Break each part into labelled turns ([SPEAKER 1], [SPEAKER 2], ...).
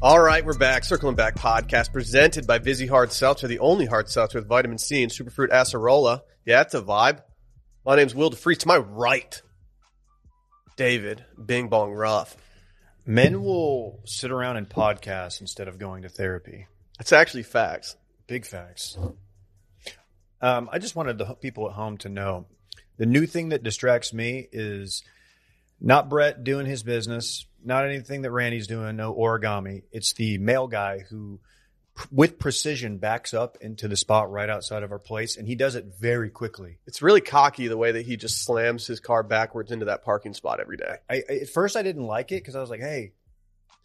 [SPEAKER 1] All right, we're back. Circling Back podcast presented by Vizzy Hard Seltzer, the only hard seltzer with vitamin C and superfruit acerola. Yeah, it's a vibe. My name's Will DeFreeze. To my right, David Bing Bong Ruff.
[SPEAKER 2] Men will sit around and podcast instead of going to therapy.
[SPEAKER 1] It's actually facts.
[SPEAKER 2] Big facts. Um, I just wanted the h- people at home to know the new thing that distracts me is not Brett doing his business, not anything that Randy's doing, no origami. It's the male guy who, p- with precision, backs up into the spot right outside of our place, and he does it very quickly.
[SPEAKER 1] It's really cocky the way that he just slams his car backwards into that parking spot every day.
[SPEAKER 2] I, I- at first I didn't like it because I was like, "Hey,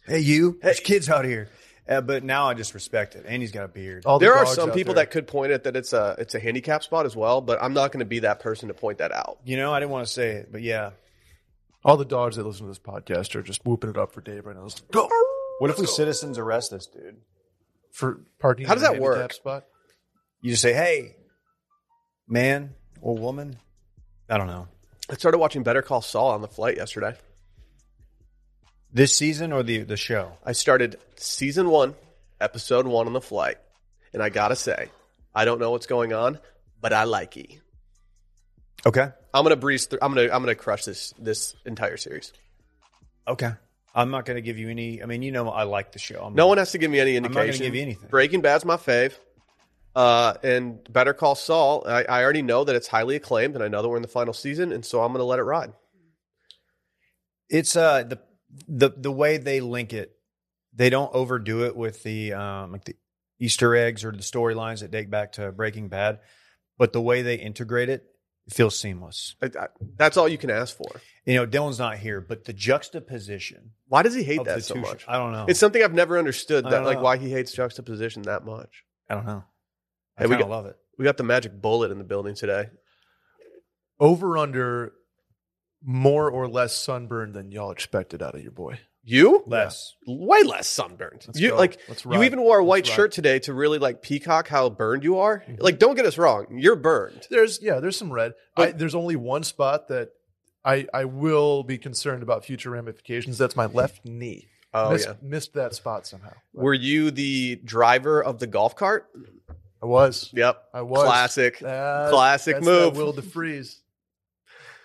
[SPEAKER 2] hey, you, there's kids out here," uh, but now I just respect it. And he's got a beard.
[SPEAKER 3] All the
[SPEAKER 1] there are
[SPEAKER 3] dogs
[SPEAKER 1] some
[SPEAKER 3] out
[SPEAKER 1] people
[SPEAKER 3] there.
[SPEAKER 1] that could point at that it's a it's a handicap spot as well, but I'm not going to be that person to point that out.
[SPEAKER 2] You know, I didn't want to say it, but yeah.
[SPEAKER 3] all the dogs that listen to this podcast are just whooping it up for Dave right now. Let's go
[SPEAKER 2] What if we citizens arrest this dude?
[SPEAKER 3] for parking.
[SPEAKER 1] How does
[SPEAKER 3] in a
[SPEAKER 1] that work?
[SPEAKER 3] handicapped Spot.
[SPEAKER 2] You just say, "Hey, man or woman," I don't know.
[SPEAKER 1] I started watching Better Call Saul on the flight yesterday.
[SPEAKER 2] This season or the the show?
[SPEAKER 1] I started season one, episode one on the flight, and I gotta say, I don't know what's going on, but I like it.
[SPEAKER 2] Okay,
[SPEAKER 1] I'm gonna breeze through. I'm gonna I'm gonna crush this this entire series.
[SPEAKER 2] okay. I'm not going to give you any. I mean, you know, I like the show. I'm,
[SPEAKER 1] No one has to give me any
[SPEAKER 2] not
[SPEAKER 1] indication.
[SPEAKER 2] gonna give you anything.
[SPEAKER 1] Breaking Bad's my fave. Uh, and Better Call Saul, I, I already know that it's highly acclaimed, and I know that we're in the final season, and so I'm going to let it ride.
[SPEAKER 2] It's uh the the the way they link it. They don't overdo it with the um like the Easter eggs or the storylines that date back to Breaking Bad, but the way they integrate it, it feels seamless.
[SPEAKER 1] I, I, that's all you can ask for.
[SPEAKER 2] You know, Dylan's not here, but the juxtaposition
[SPEAKER 1] Why does he hate
[SPEAKER 2] of the
[SPEAKER 1] that so
[SPEAKER 2] two.
[SPEAKER 1] much?
[SPEAKER 2] I don't know.
[SPEAKER 1] It's something I've never understood.
[SPEAKER 2] I
[SPEAKER 1] That
[SPEAKER 2] don't
[SPEAKER 1] like
[SPEAKER 2] know.
[SPEAKER 1] why he hates juxtaposition that much.
[SPEAKER 2] I don't know. I
[SPEAKER 1] Hey, we
[SPEAKER 2] kind of
[SPEAKER 1] got-
[SPEAKER 2] love it.
[SPEAKER 1] We got the magic bullet in the building today.
[SPEAKER 3] Over under more or less sunburned than y'all expected out of your boy.
[SPEAKER 1] You
[SPEAKER 2] Less.
[SPEAKER 1] way less sunburned.
[SPEAKER 3] Let's
[SPEAKER 1] you
[SPEAKER 3] go.
[SPEAKER 1] like
[SPEAKER 3] Let's
[SPEAKER 1] you
[SPEAKER 3] ride.
[SPEAKER 1] even wore a
[SPEAKER 3] Let's Mm-hmm.
[SPEAKER 1] white
[SPEAKER 3] ride.
[SPEAKER 1] shirt today to really like peacock how burned you are. Like don't get us wrong, you're burned.
[SPEAKER 3] There's yeah, there's some red. I,
[SPEAKER 1] But-
[SPEAKER 3] there's only one spot that I I will be concerned about future ramifications. That's my left knee.
[SPEAKER 1] Oh
[SPEAKER 3] missed,
[SPEAKER 1] yeah.
[SPEAKER 3] missed that spot somehow.
[SPEAKER 1] Were you the driver of the golf cart?
[SPEAKER 3] I was.
[SPEAKER 1] Yep.
[SPEAKER 3] I was.
[SPEAKER 1] Classic.
[SPEAKER 3] That-
[SPEAKER 1] Classic
[SPEAKER 3] that's
[SPEAKER 1] move.
[SPEAKER 3] That will DeFreeze.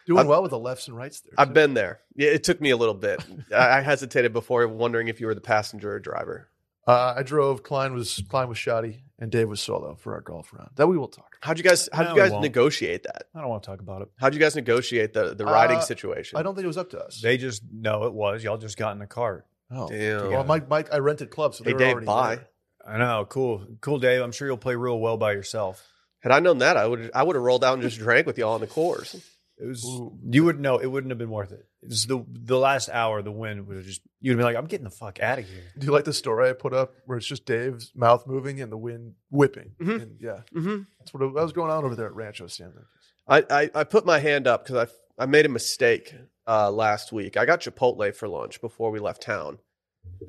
[SPEAKER 3] Doing
[SPEAKER 1] I've-
[SPEAKER 3] well with the lefts and rights there.
[SPEAKER 1] I've
[SPEAKER 3] too.
[SPEAKER 1] been there. Yeah, it took me a little bit. I I hesitated before, wondering if you were the passenger or driver.
[SPEAKER 3] Uh, I drove. Klein was Klein was shoddy, and Dave was solo for our golf round. That we will talk.
[SPEAKER 1] How'd you guys? How'd
[SPEAKER 2] No,
[SPEAKER 1] you
[SPEAKER 2] it
[SPEAKER 1] guys
[SPEAKER 2] won't.
[SPEAKER 1] negotiate that?
[SPEAKER 2] I don't want to talk about it.
[SPEAKER 1] How'd you guys negotiate the the riding
[SPEAKER 3] Uh,
[SPEAKER 1] situation?
[SPEAKER 3] I don't think it was up to us.
[SPEAKER 2] They just no, it was y'all just got in the cart.
[SPEAKER 3] oh,
[SPEAKER 1] Damn.
[SPEAKER 3] Well, Mike, Mike, I rented clubs, so they
[SPEAKER 1] Hey
[SPEAKER 3] were
[SPEAKER 1] Dave,
[SPEAKER 3] already
[SPEAKER 1] bye.
[SPEAKER 3] there.
[SPEAKER 2] I know, cool, cool, Dave. I'm sure you'll play real well by yourself.
[SPEAKER 1] Had I known that, I would I would have rolled out and just drank with y'all on the course.
[SPEAKER 2] It was
[SPEAKER 3] Ooh.
[SPEAKER 2] you would know it wouldn't have been worth it. It's the the last hour, the wind would have just you'd be like, I'm getting the fuck out of here.
[SPEAKER 3] Do you like the story I put up where it's just Dave's mouth moving and the wind whipping?
[SPEAKER 1] Mhm.
[SPEAKER 3] And yeah,
[SPEAKER 1] Mm-hmm.
[SPEAKER 3] that's what, that was going on over there at Rancho San Lucas.
[SPEAKER 1] I, I, I put my hand up because I, I made a mistake uh, last week. I got Chipotle for lunch before we left town.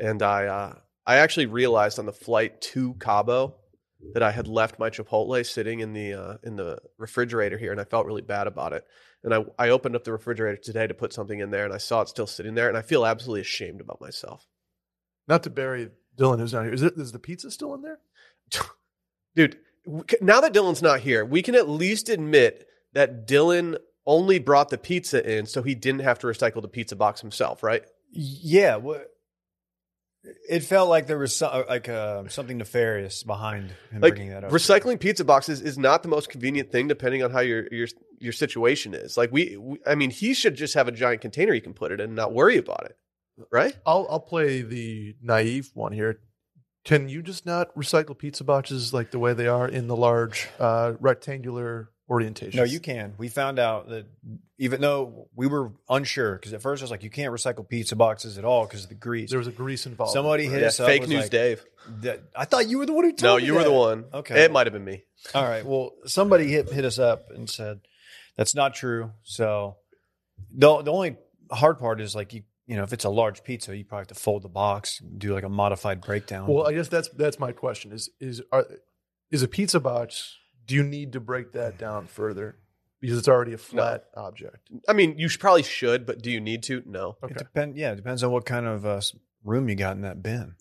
[SPEAKER 1] And I, uh, I actually realized on the flight to Cabo that I had left my Chipotle sitting in the, uh, in the refrigerator here, and I felt really bad about it. And I, I opened up the refrigerator today to put something in there, and I saw it still sitting there, and I feel absolutely ashamed about myself.
[SPEAKER 3] Not to bury Dylan, who's not here. Is, it, is the pizza still in there?
[SPEAKER 1] Dude, w- c- now that Dylan's not here, we can at least admit that Dylan only brought the pizza in so he didn't have to recycle the pizza box himself, right?
[SPEAKER 2] Yeah, what it felt like there was so, like uh, something nefarious behind him
[SPEAKER 1] Like,
[SPEAKER 2] bringing that up.
[SPEAKER 1] Recycling pizza boxes is not the most convenient thing, depending on how your your your situation is. Like we, we I mean, he should just have a giant container he can put it in and not worry about it, right?
[SPEAKER 3] I'll I'll play the naive one here. Can you just not recycle pizza boxes like the way they are in the large uh, rectangular orientation?
[SPEAKER 2] No, you can. We found out that even though we were unsure, because at first I was like, you can't recycle pizza boxes at all because of the grease.
[SPEAKER 3] There was a grease involved.
[SPEAKER 2] Somebody hit
[SPEAKER 1] Yeah,
[SPEAKER 2] us up.
[SPEAKER 1] fake
[SPEAKER 2] was
[SPEAKER 1] news,
[SPEAKER 2] like,
[SPEAKER 1] Dave.
[SPEAKER 2] that- I thought you were the one who told
[SPEAKER 1] No,
[SPEAKER 2] me
[SPEAKER 1] you were the
[SPEAKER 2] that.
[SPEAKER 1] one.
[SPEAKER 2] Okay.
[SPEAKER 1] it might have been me.
[SPEAKER 2] All right. Well, somebody hit hit us up and said that's not true. So the the only hard part is like you you know if it's a large pizza, you probably have to fold the box, do like a modified breakdown.
[SPEAKER 3] Well, I guess that's that's my question is is are is a pizza box? Do you need to break that down further because it's already a flat object?
[SPEAKER 1] I mean, you should, probably should, but do you need to? No.
[SPEAKER 2] it
[SPEAKER 3] Okay,
[SPEAKER 2] depend. Yeah, it depends on what kind of uh, s- room you got in that bin.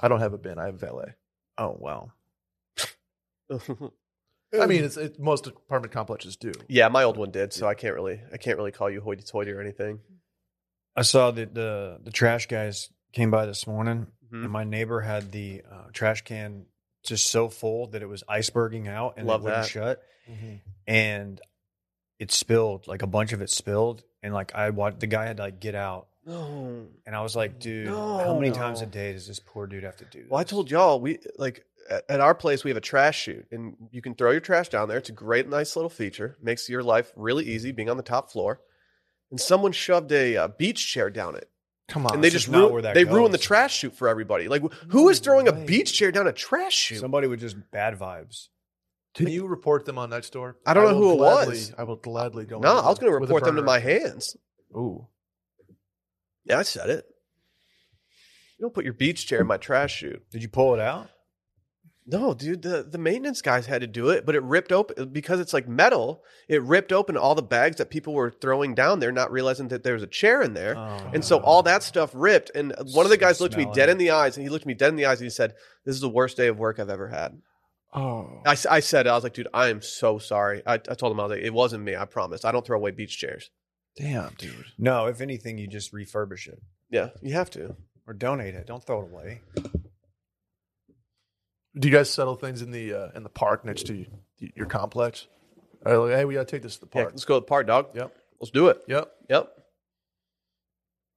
[SPEAKER 3] I don't have a bin. I have a valet.
[SPEAKER 2] Oh well.
[SPEAKER 3] I mean, it's it, most apartment complexes do.
[SPEAKER 1] yeah, my old one did, so I can't really I can't really call you hoity-toity or anything.
[SPEAKER 2] I saw that the the trash guys came by this morning,
[SPEAKER 1] Mhm.
[SPEAKER 2] and my neighbor had the uh, trash can just so full that it was iceberging out and
[SPEAKER 1] Love
[SPEAKER 2] it wouldn't
[SPEAKER 1] that.
[SPEAKER 2] shut,
[SPEAKER 3] Mm-hmm.
[SPEAKER 2] and it spilled like a bunch of it spilled, and like I watched the guy had to like get out,
[SPEAKER 1] No.
[SPEAKER 2] and I was like, dude, how many
[SPEAKER 1] No.
[SPEAKER 2] times a day does this poor dude have to do? This?
[SPEAKER 1] Well, I told y'all we like at, at our place we have a trash chute, and you can throw your trash down there. It's a great, nice little feature. Makes your life really easy being on the top floor. And someone shoved a uh, beach chair down it,
[SPEAKER 3] Come on.
[SPEAKER 1] and they
[SPEAKER 2] Ah, just
[SPEAKER 1] just
[SPEAKER 2] not
[SPEAKER 1] ruined,
[SPEAKER 2] where that
[SPEAKER 1] they ruined the
[SPEAKER 2] goes.
[SPEAKER 1] trash chute for everybody. Like, wh- who is throwing
[SPEAKER 2] way.
[SPEAKER 1] a beach chair down a trash chute?
[SPEAKER 2] somebody with just bad vibes.
[SPEAKER 3] Can you report them on Next Door?
[SPEAKER 1] I don't know
[SPEAKER 3] will
[SPEAKER 1] who it
[SPEAKER 3] gladly-
[SPEAKER 1] was.
[SPEAKER 3] I will gladly go.
[SPEAKER 1] no, I was going to
[SPEAKER 3] with a
[SPEAKER 1] report them to
[SPEAKER 3] burner.
[SPEAKER 1] my hands.
[SPEAKER 3] Ooh,
[SPEAKER 1] Yeah, I said it. You don't put your beach chair in my trash chute.
[SPEAKER 2] Did you pull it out?
[SPEAKER 1] No, dude, the, the maintenance guys had to do it, but it ripped open uh, because it's like metal. It ripped open all the bags that people were throwing down there, not realizing that there was a chair in there.
[SPEAKER 2] Oh,
[SPEAKER 1] and so
[SPEAKER 2] no.
[SPEAKER 1] all that stuff ripped. And uh, one of the guys looked me
[SPEAKER 2] Smelling
[SPEAKER 1] dead
[SPEAKER 2] it.
[SPEAKER 1] in the eyes, and he looked me dead in the eyes, and he said, "This is the worst day of work I've ever had."
[SPEAKER 3] oh,
[SPEAKER 1] I, s- I said, "I was like, dude, I am so sorry." I, I told him, "I was like, it wasn't me. I promise. I don't throw away beach chairs."
[SPEAKER 3] damn, dude.
[SPEAKER 2] No, if anything, you just refurbish it
[SPEAKER 1] Yeah, you have to.
[SPEAKER 2] or donate it. Don't throw it away.
[SPEAKER 3] Do you guys settle things in the uh, in the park next to y- your complex? All right, like, hey, we gotta take this to the
[SPEAKER 1] Yeah,
[SPEAKER 3] park.
[SPEAKER 1] let's go to the park, dog.
[SPEAKER 3] Yep.
[SPEAKER 1] let's do it.
[SPEAKER 3] Yep.
[SPEAKER 1] Yep.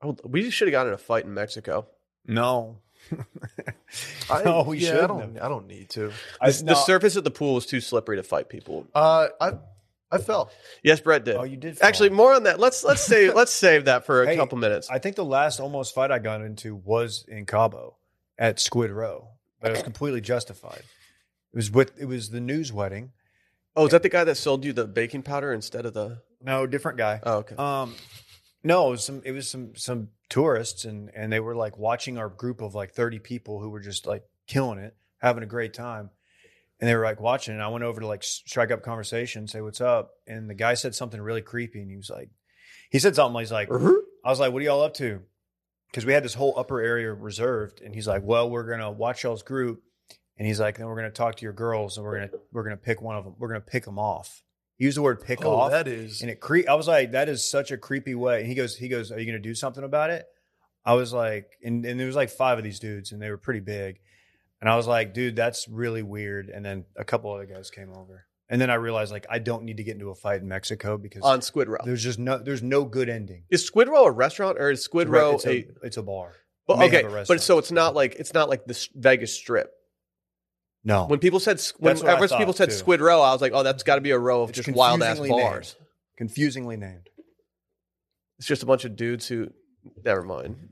[SPEAKER 1] I would- We should have gotten in a fight in Mexico.
[SPEAKER 2] No.
[SPEAKER 3] I,
[SPEAKER 2] no, we
[SPEAKER 3] yeah, I
[SPEAKER 2] shouldn't.
[SPEAKER 3] don't.
[SPEAKER 2] have.
[SPEAKER 3] I don't need to.
[SPEAKER 2] I-
[SPEAKER 1] the
[SPEAKER 2] no.
[SPEAKER 1] surface of the pool was too slippery to fight people.
[SPEAKER 3] Uh, I I fell.
[SPEAKER 1] Yes, Brett did.
[SPEAKER 2] Oh, you did. fall.
[SPEAKER 1] Actually, more on that. Let's let's save let's save that for a
[SPEAKER 2] Hey,
[SPEAKER 1] couple minutes.
[SPEAKER 2] I think the last almost fight I got into was in Cabo at Squid Row, but it was completely justified. It was with it was the news wedding.
[SPEAKER 1] oh, is that the guy that sold you the baking powder instead of the?
[SPEAKER 2] No, different guy.
[SPEAKER 1] Oh, okay.
[SPEAKER 2] Um, no, it was some it was some some tourists and and they were like watching our group of like thirty people who were just like killing it, having a great time, and they were like watching. And I went over to like s- strike up conversation, say what's up, and the guy said something really creepy, and he was like, he said something he's like,
[SPEAKER 3] Uh-huh.
[SPEAKER 2] I was like, what are y'all up to? Because we had this whole upper area reserved, and he's like, well, we're gonna watch y'all's group, and he's like, then we're gonna talk to your girls, and we're gonna we're gonna pick one of them, we're gonna pick them off. He used the word pick
[SPEAKER 3] oh,
[SPEAKER 2] off.
[SPEAKER 3] that is.
[SPEAKER 2] And it cre- I was like, that is such a creepy way. And he goes, he goes, are you going to do something about it? I was like, and, and there was like five of these dudes and they were pretty big. And I was like, dude, that's really weird. And then a couple other guys came over. And then I realized like, I don't need to get into a fight in Mexico because
[SPEAKER 1] on Squid Row.
[SPEAKER 2] there's just no, there's no good ending.
[SPEAKER 1] Is Squid Row a restaurant or is Squid Row
[SPEAKER 2] it's
[SPEAKER 1] a?
[SPEAKER 2] a, it's a bar.
[SPEAKER 1] but,
[SPEAKER 2] may have
[SPEAKER 1] okay,
[SPEAKER 2] a
[SPEAKER 1] but
[SPEAKER 2] restaurant.
[SPEAKER 1] so it's not like it's not like the S- Vegas Strip.
[SPEAKER 2] No.
[SPEAKER 1] When people said s- when
[SPEAKER 2] Oh. That's what I
[SPEAKER 1] ever people
[SPEAKER 2] thought,
[SPEAKER 1] said
[SPEAKER 2] too.
[SPEAKER 1] Squid Row, I was like, oh, that's got to be a row of
[SPEAKER 2] It's
[SPEAKER 1] just wild ass
[SPEAKER 2] confusingly named.
[SPEAKER 1] bars.
[SPEAKER 2] Confusingly named.
[SPEAKER 1] It's just a bunch of dudes who. Never mind.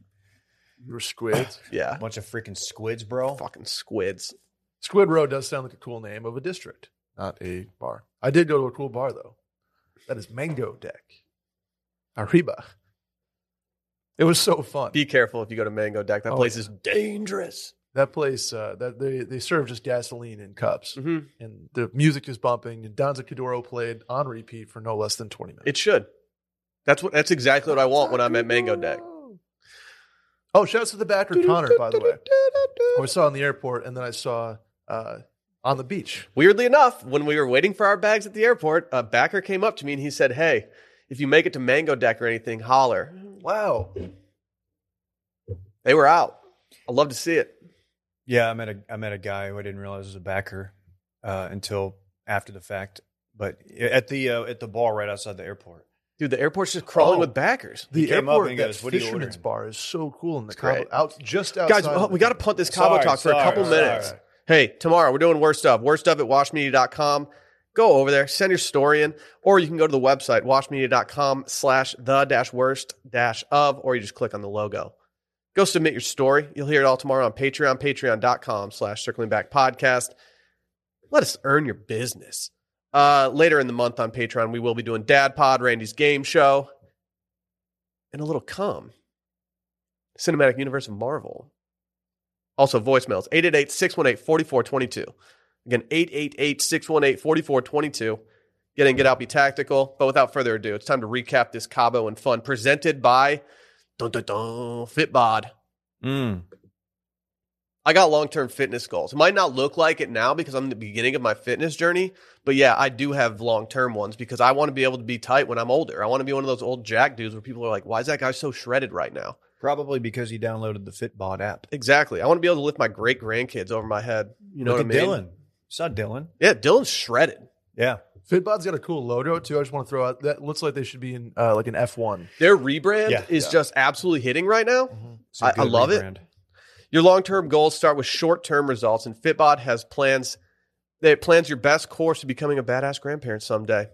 [SPEAKER 3] you were squids.
[SPEAKER 1] Yeah,
[SPEAKER 2] A bunch of freaking squids, bro.
[SPEAKER 1] fucking squids.
[SPEAKER 3] Squid Row does sound like a cool name of a district, not a bar. I did go to a cool bar though. That is Mango Deck, Arriba. It was so fun.
[SPEAKER 1] Be careful if you go to Mango Deck. That
[SPEAKER 3] Oh,
[SPEAKER 1] place
[SPEAKER 3] yeah.
[SPEAKER 1] is dangerous.
[SPEAKER 3] That place, uh, that they they serve just gasoline in cups,
[SPEAKER 2] Mm-hmm.
[SPEAKER 1] hmm
[SPEAKER 3] and the music is bumping. And Donza Cadoro played on repeat for no less than twenty minutes.
[SPEAKER 1] It should. That's what. That's exactly what I want when I'm at Mango Deck.
[SPEAKER 3] Oh, shouts to the backer Connor, by the way. I saw in the airport, and then I saw uh, on the beach.
[SPEAKER 1] Weirdly enough, when we were waiting for our bags at the airport, a backer came up to me and he said, "Hey, if you make it to Mango Deck or anything, holler."
[SPEAKER 3] Wow,
[SPEAKER 1] They were out. I love to see it.
[SPEAKER 2] Yeah, I met a I met a guy who I didn't realize was a backer uh, until after the fact. But at the uh, at the bar right outside the airport,
[SPEAKER 1] Dude, the airport's just crawling
[SPEAKER 3] Oh.
[SPEAKER 1] with backers.
[SPEAKER 3] the
[SPEAKER 2] came up
[SPEAKER 3] airport
[SPEAKER 2] and
[SPEAKER 3] that
[SPEAKER 2] goes, "What are you
[SPEAKER 3] fisherman's
[SPEAKER 2] ordering?"
[SPEAKER 3] bar is so cool in the
[SPEAKER 1] great.
[SPEAKER 3] Cabo, out just outside.
[SPEAKER 1] Guys,
[SPEAKER 3] of
[SPEAKER 1] oh,
[SPEAKER 3] the-
[SPEAKER 1] we got to punt this Cabo
[SPEAKER 2] Sorry,
[SPEAKER 1] talk for a
[SPEAKER 2] sorry,
[SPEAKER 1] couple
[SPEAKER 2] sorry.
[SPEAKER 1] minutes. Hey, tomorrow we're doing Worst Of. Worst Of at washmedia.com. Go over there, send your story in, or you can go to the website, washmedia.com slash the dash worst dash of, or you just click on the logo. Go submit your story. You'll hear it all tomorrow on Patreon, patreon.com slash circling back podcast. Let us earn your business. Uh, later in the month on Patreon, we will be doing Dad Pod, Randy's game show, and a little cum. Cinematic Universe of Marvel. Also, voicemails 888 618 4422. Again, 888 618 4422. Get in, get out, be tactical. But without further ado, it's time to recap this Cabo and Fun Mm. presented by Dun Dun Dun Fitbod. I got long term fitness goals. It might not look like it now because I'm in the beginning of my fitness journey, but yeah, I do have long term ones because I want to be able to be tight when I'm older. I want to be one of those old jack dudes where people are like, why is that guy so shredded right now?
[SPEAKER 2] Probably because he downloaded the Fitbod app.
[SPEAKER 1] Exactly. I want to be able to lift my great grandkids over my head. You know
[SPEAKER 2] Look
[SPEAKER 1] what I
[SPEAKER 2] at
[SPEAKER 1] mean?
[SPEAKER 2] Dylan. It's not Dylan.
[SPEAKER 1] Yeah, Dylan's shredded.
[SPEAKER 2] Yeah.
[SPEAKER 3] Fitbod's got a cool logo too. I just want to throw out that looks like they should be in uh, like an F one.
[SPEAKER 1] Their rebrand
[SPEAKER 2] Yeah.
[SPEAKER 1] is
[SPEAKER 3] Yeah.
[SPEAKER 1] just absolutely hitting right now.
[SPEAKER 2] It's a
[SPEAKER 1] I- I
[SPEAKER 2] good
[SPEAKER 1] love it.
[SPEAKER 2] rebrand.
[SPEAKER 1] Your long-term goals start with short-term results, and Fitbod has plans that plans your best course to becoming a badass grandparent someday.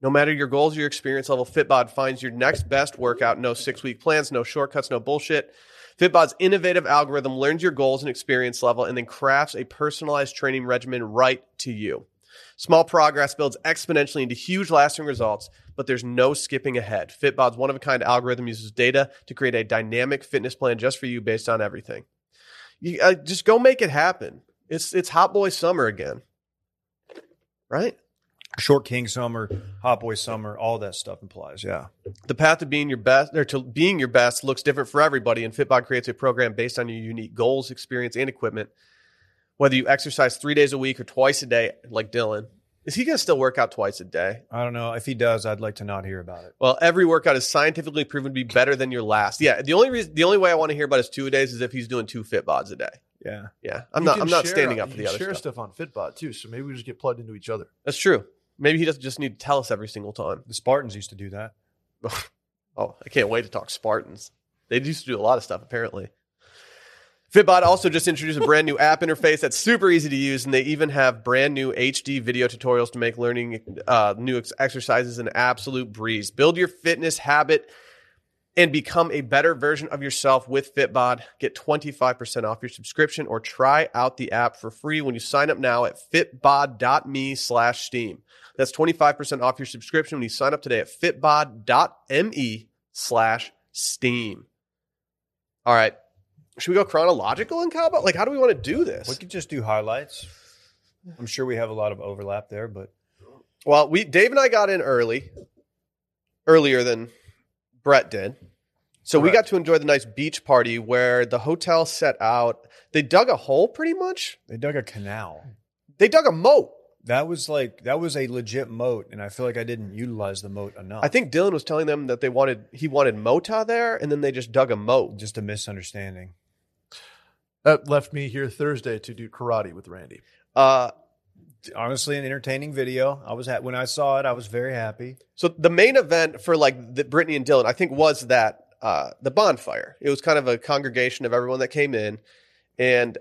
[SPEAKER 1] No matter your goals or your experience level, Fitbod finds your next best workout. No six-week plans, no shortcuts, no bullshit. Fitbod's innovative algorithm learns your goals and experience level and then crafts a personalized training regimen right to you. Small progress builds exponentially into huge lasting results, but there's no skipping ahead. Fitbod's one of a kind algorithm uses data to create a dynamic fitness plan just for you based on everything. You, uh, just go make it happen. It's it's hot boy summer again. Right?
[SPEAKER 2] Short King Summer, Hot Boy Summer, all that stuff implies. Yeah.
[SPEAKER 1] The path to being your best or to being your best looks different for everybody, and Fitbod creates a program based on your unique goals, experience, and equipment. Whether you exercise three days a week or twice a day, like Dylan, is he gonna still work out twice a day?
[SPEAKER 2] I don't know. If he does, I'd like to not hear about it.
[SPEAKER 1] Well, every workout is scientifically proven to be better than your last. Yeah, the only reason, the only way I want to hear about his two a days is if he's doing two fit bods a day.
[SPEAKER 2] Yeah.
[SPEAKER 1] Yeah, I'm
[SPEAKER 3] You
[SPEAKER 1] not.
[SPEAKER 3] can
[SPEAKER 1] I'm not
[SPEAKER 3] share-
[SPEAKER 1] standing up for
[SPEAKER 3] you
[SPEAKER 1] the
[SPEAKER 3] can
[SPEAKER 1] other
[SPEAKER 3] share
[SPEAKER 1] stuff.
[SPEAKER 3] stuff on Fitbod too. So maybe we just get plugged into each other.
[SPEAKER 1] That's true. Maybe he doesn't just need to tell us every single time.
[SPEAKER 2] The Spartans used to do that.
[SPEAKER 1] Oh, I can't wait to talk Spartans. They used to do a lot of stuff apparently. Fitbod also just introduced a brand new app interface that's super easy to use, and they even have brand new HD video tutorials to make learning uh, new ex- exercises an absolute breeze. Build your fitness habit and become a better version of yourself with Fitbod. Get 25% off your subscription or try out the app for free when you sign up now at fitbod.me slash steam. That's 25% off your subscription when you sign up today at fitbod.me slash steam. All right. Should we go chronological in Cabo? Like, how do we want to do
[SPEAKER 2] We
[SPEAKER 1] this?
[SPEAKER 2] could just do highlights. I'm sure we have a lot of overlap there, but
[SPEAKER 1] Well, we Dave and I got in early, earlier than Brett did. So we
[SPEAKER 2] Correct.
[SPEAKER 1] got to enjoy the nice beach party where the hotel set out. They dug a hole pretty much.
[SPEAKER 2] they dug a canal.
[SPEAKER 1] They dug a moat.
[SPEAKER 2] That was like that was a legit moat, and I feel like I didn't utilize the moat enough.
[SPEAKER 1] I think Dylan was telling them that they wanted he wanted Mota there, and then they just dug a moat.
[SPEAKER 2] just a misunderstanding.
[SPEAKER 3] That left me here Thursday to do karate with Randy.
[SPEAKER 1] Uh,
[SPEAKER 2] Honestly, an entertaining video. I was ha- when I saw it, I was very happy.
[SPEAKER 1] so the main event for like the Brittany and Dylan, I think, was that uh, the bonfire. It was kind of a congregation of everyone that came in, and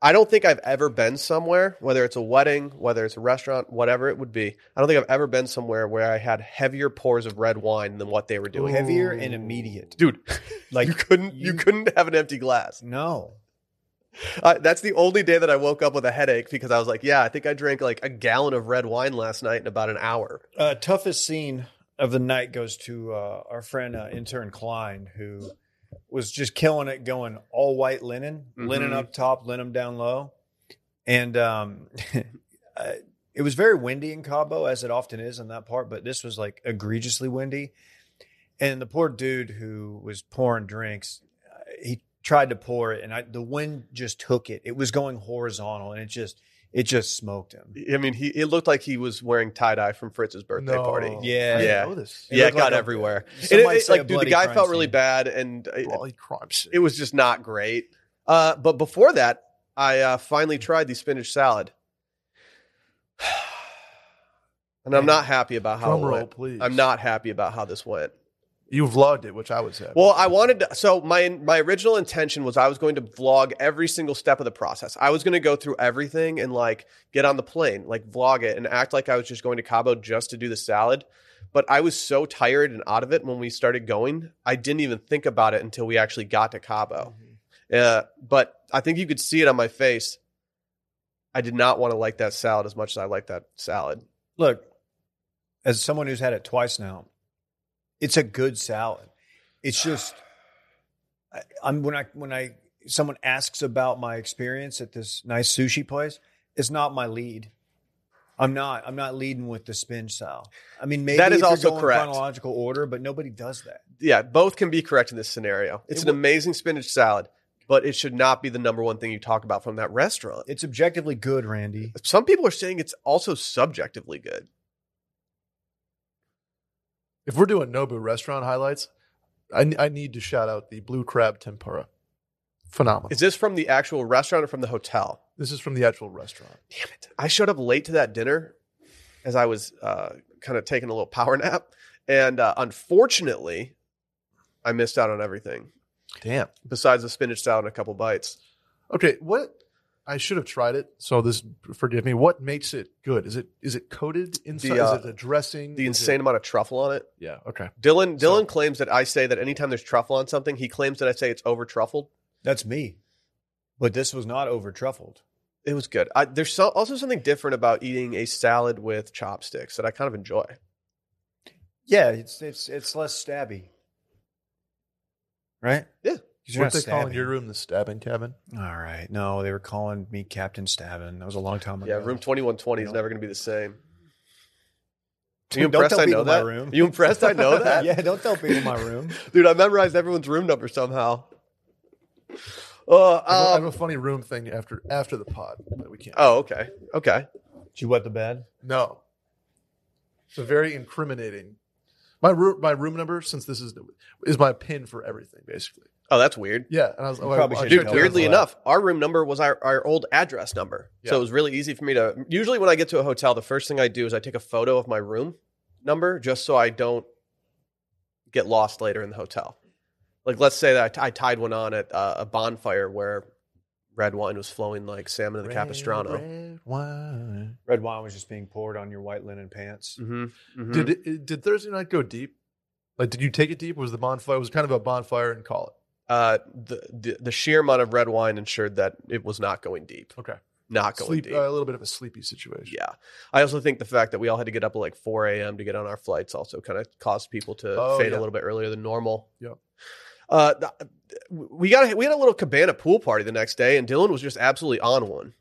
[SPEAKER 1] I don't think I've ever been somewhere, whether it's a wedding, whether it's a restaurant, whatever it would be. I don't think I've ever been somewhere where I had heavier pours of red wine than what they were doing.
[SPEAKER 2] Heavier and immediate.
[SPEAKER 1] Dude,
[SPEAKER 2] Like
[SPEAKER 1] you couldn't you,
[SPEAKER 2] you-
[SPEAKER 1] couldn't have an empty glass.
[SPEAKER 2] no,
[SPEAKER 1] Uh, that's the only day that I woke up with a headache because I was like, yeah, I think I drank like a gallon of red wine last night in about an hour.
[SPEAKER 2] uh, toughest scene of the night goes to uh, our friend uh, intern Klein, who was just killing it, going all white linen, linen
[SPEAKER 1] Mhm.
[SPEAKER 2] up top, linen down low, and um, uh, it was very windy in Cabo, as it often is in that part. But this was like egregiously windy, and the poor dude who was pouring drinks, uh, he tried to pour it, and I, the wind just took it. It was going horizontal, and it just it just smoked him.
[SPEAKER 1] I mean, he it looked like he was wearing tie dye from Fritz's birthday party.
[SPEAKER 2] Yeah.
[SPEAKER 3] I didn't
[SPEAKER 1] Yeah.
[SPEAKER 3] know this.
[SPEAKER 2] It
[SPEAKER 1] yeah, it
[SPEAKER 2] looked like
[SPEAKER 1] got
[SPEAKER 2] a-
[SPEAKER 1] everywhere. And it,
[SPEAKER 2] Somebody
[SPEAKER 1] it-
[SPEAKER 2] say a
[SPEAKER 1] like, dude, the
[SPEAKER 2] bloody
[SPEAKER 1] guy
[SPEAKER 2] crime
[SPEAKER 1] felt really
[SPEAKER 2] scene.
[SPEAKER 1] bad, and it,
[SPEAKER 3] Bloody crime scene.
[SPEAKER 1] it was just not great. Uh, but before that, I uh, finally tried the spinach salad, and I'm not happy about how
[SPEAKER 3] Drum
[SPEAKER 1] it
[SPEAKER 3] roll,
[SPEAKER 1] went.
[SPEAKER 3] please.
[SPEAKER 1] I'm not happy about how this went.
[SPEAKER 3] You vlogged it, which I was happy.
[SPEAKER 1] Well, I wanted to, so my my original intention was I was going to vlog every single step of the process. I was going to go through everything and like get on the plane, like vlog it and act like I was just going to Cabo just to do the salad. But I was so tired and out of it when we started going. I didn't even think about it until we actually got to Cabo.
[SPEAKER 3] Mm-hmm.
[SPEAKER 1] Uh, but I think you could see it on my face. I did not want to like that salad as much as I like that salad.
[SPEAKER 2] look, as someone who's had it twice now, it's a good salad. It's just I, I'm when I when I someone asks about my experience at this nice sushi place, it's not my lead. I'm not. I'm not leading with the spin salad. I mean, maybe
[SPEAKER 1] That is
[SPEAKER 2] if you're
[SPEAKER 1] also
[SPEAKER 2] going
[SPEAKER 1] correct.
[SPEAKER 2] chronological order, but nobody does that.
[SPEAKER 1] yeah, both can be correct in this scenario. It's
[SPEAKER 2] It
[SPEAKER 1] an
[SPEAKER 2] wa-
[SPEAKER 1] amazing spinach salad. but it should not be the number one thing you talk about from that restaurant.
[SPEAKER 2] It's objectively good, Randy.
[SPEAKER 1] Some people are saying it's also subjectively good.
[SPEAKER 3] If we're doing Nobu restaurant highlights, I, I need to shout out the blue crab tempura. Phenomenal.
[SPEAKER 1] Is this from the actual restaurant or from the hotel?
[SPEAKER 3] this is from the actual restaurant.
[SPEAKER 1] Damn it. I showed up late to that dinner as I was uh, kind of taking a little power nap. And uh, unfortunately, I missed out on everything
[SPEAKER 3] Damn.
[SPEAKER 1] besides the spinach salad and a couple bites.
[SPEAKER 3] Okay, what I should have tried it. So this forgive me. What makes it good? Is it is it coated inside?
[SPEAKER 1] uh,
[SPEAKER 3] is it a dressing?
[SPEAKER 1] The
[SPEAKER 3] Is
[SPEAKER 1] insane
[SPEAKER 3] it-
[SPEAKER 1] amount of truffle on it.
[SPEAKER 3] yeah. Okay.
[SPEAKER 1] Dylan
[SPEAKER 3] So-
[SPEAKER 1] Dylan claims that I say that anytime there's truffle on something, he claims that I say it's over truffled.
[SPEAKER 2] That's me. But this was not over truffled.
[SPEAKER 1] It was good. I, there's so, also something different about eating a salad with chopsticks that I kind of enjoy.
[SPEAKER 2] Oh Yeah, it's it's it's less stabby. Right?
[SPEAKER 1] Yeah.
[SPEAKER 2] 'Cause you're
[SPEAKER 3] What they
[SPEAKER 2] not
[SPEAKER 3] call in
[SPEAKER 2] stabbing.
[SPEAKER 3] your room the stabbing cabin?
[SPEAKER 2] All right. No, they were calling me Captain Stabbin. That was a long time ago.
[SPEAKER 1] yeah, room 2120 is
[SPEAKER 2] Yeah.
[SPEAKER 1] never going to be the same. Are
[SPEAKER 2] Dude,
[SPEAKER 1] you
[SPEAKER 2] don't
[SPEAKER 1] impressed
[SPEAKER 2] tell
[SPEAKER 1] I
[SPEAKER 2] people
[SPEAKER 1] know
[SPEAKER 2] my
[SPEAKER 1] that?
[SPEAKER 2] room.
[SPEAKER 1] You impressed I know that?
[SPEAKER 2] yeah, don't tell people my room.
[SPEAKER 1] Dude, I memorized everyone's room number somehow. Uh,
[SPEAKER 3] I have a- I have
[SPEAKER 1] um,
[SPEAKER 3] a funny room thing after after the pod that we can't.
[SPEAKER 1] oh, okay. Okay.
[SPEAKER 2] Did you wet the bed?
[SPEAKER 3] No. It's a very incriminating. My room, my room number, since this is is my pin for everything, basically.
[SPEAKER 1] Oh, that's weird.
[SPEAKER 3] Yeah, and I was
[SPEAKER 2] You
[SPEAKER 3] oh, I-
[SPEAKER 2] probably
[SPEAKER 3] I
[SPEAKER 2] should
[SPEAKER 3] checked
[SPEAKER 1] Dude,
[SPEAKER 2] know
[SPEAKER 3] it out.
[SPEAKER 2] that.
[SPEAKER 1] weirdly
[SPEAKER 2] Wow.
[SPEAKER 1] enough, our room number was our, our old address number. So
[SPEAKER 3] Yeah.
[SPEAKER 1] it was really easy for me to. Usually, when I get to a hotel, the first thing I do is I take a photo of my room number just so I don't get lost later in the hotel. Like, let's say that I, t- I tied one on at uh, a bonfire where red wine was flowing like salmon in the Capistrano.
[SPEAKER 3] Red wine.
[SPEAKER 2] Red wine was just being poured on your white linen pants.
[SPEAKER 1] hmm
[SPEAKER 3] Did it, did Thursday night go deep? Like, did you take it deep? Was the bonfire? It was kind of a bonfire and call it.
[SPEAKER 1] uh, the, the the sheer amount of red wine ensured that it was not going deep.
[SPEAKER 3] Okay.
[SPEAKER 1] Not going
[SPEAKER 3] Sleep,
[SPEAKER 1] deep.
[SPEAKER 3] uh, a little bit of a sleepy situation.
[SPEAKER 1] yeah. I also think the fact that we all had to get up at like 4 a.m. to get on our flights also kind of caused people to
[SPEAKER 3] Oh,
[SPEAKER 1] fade
[SPEAKER 3] yeah.
[SPEAKER 1] a little bit earlier than normal.
[SPEAKER 3] Yep.
[SPEAKER 1] Uh, the- we got we had a little cabana pool party the next day, and Dylan was just absolutely on one.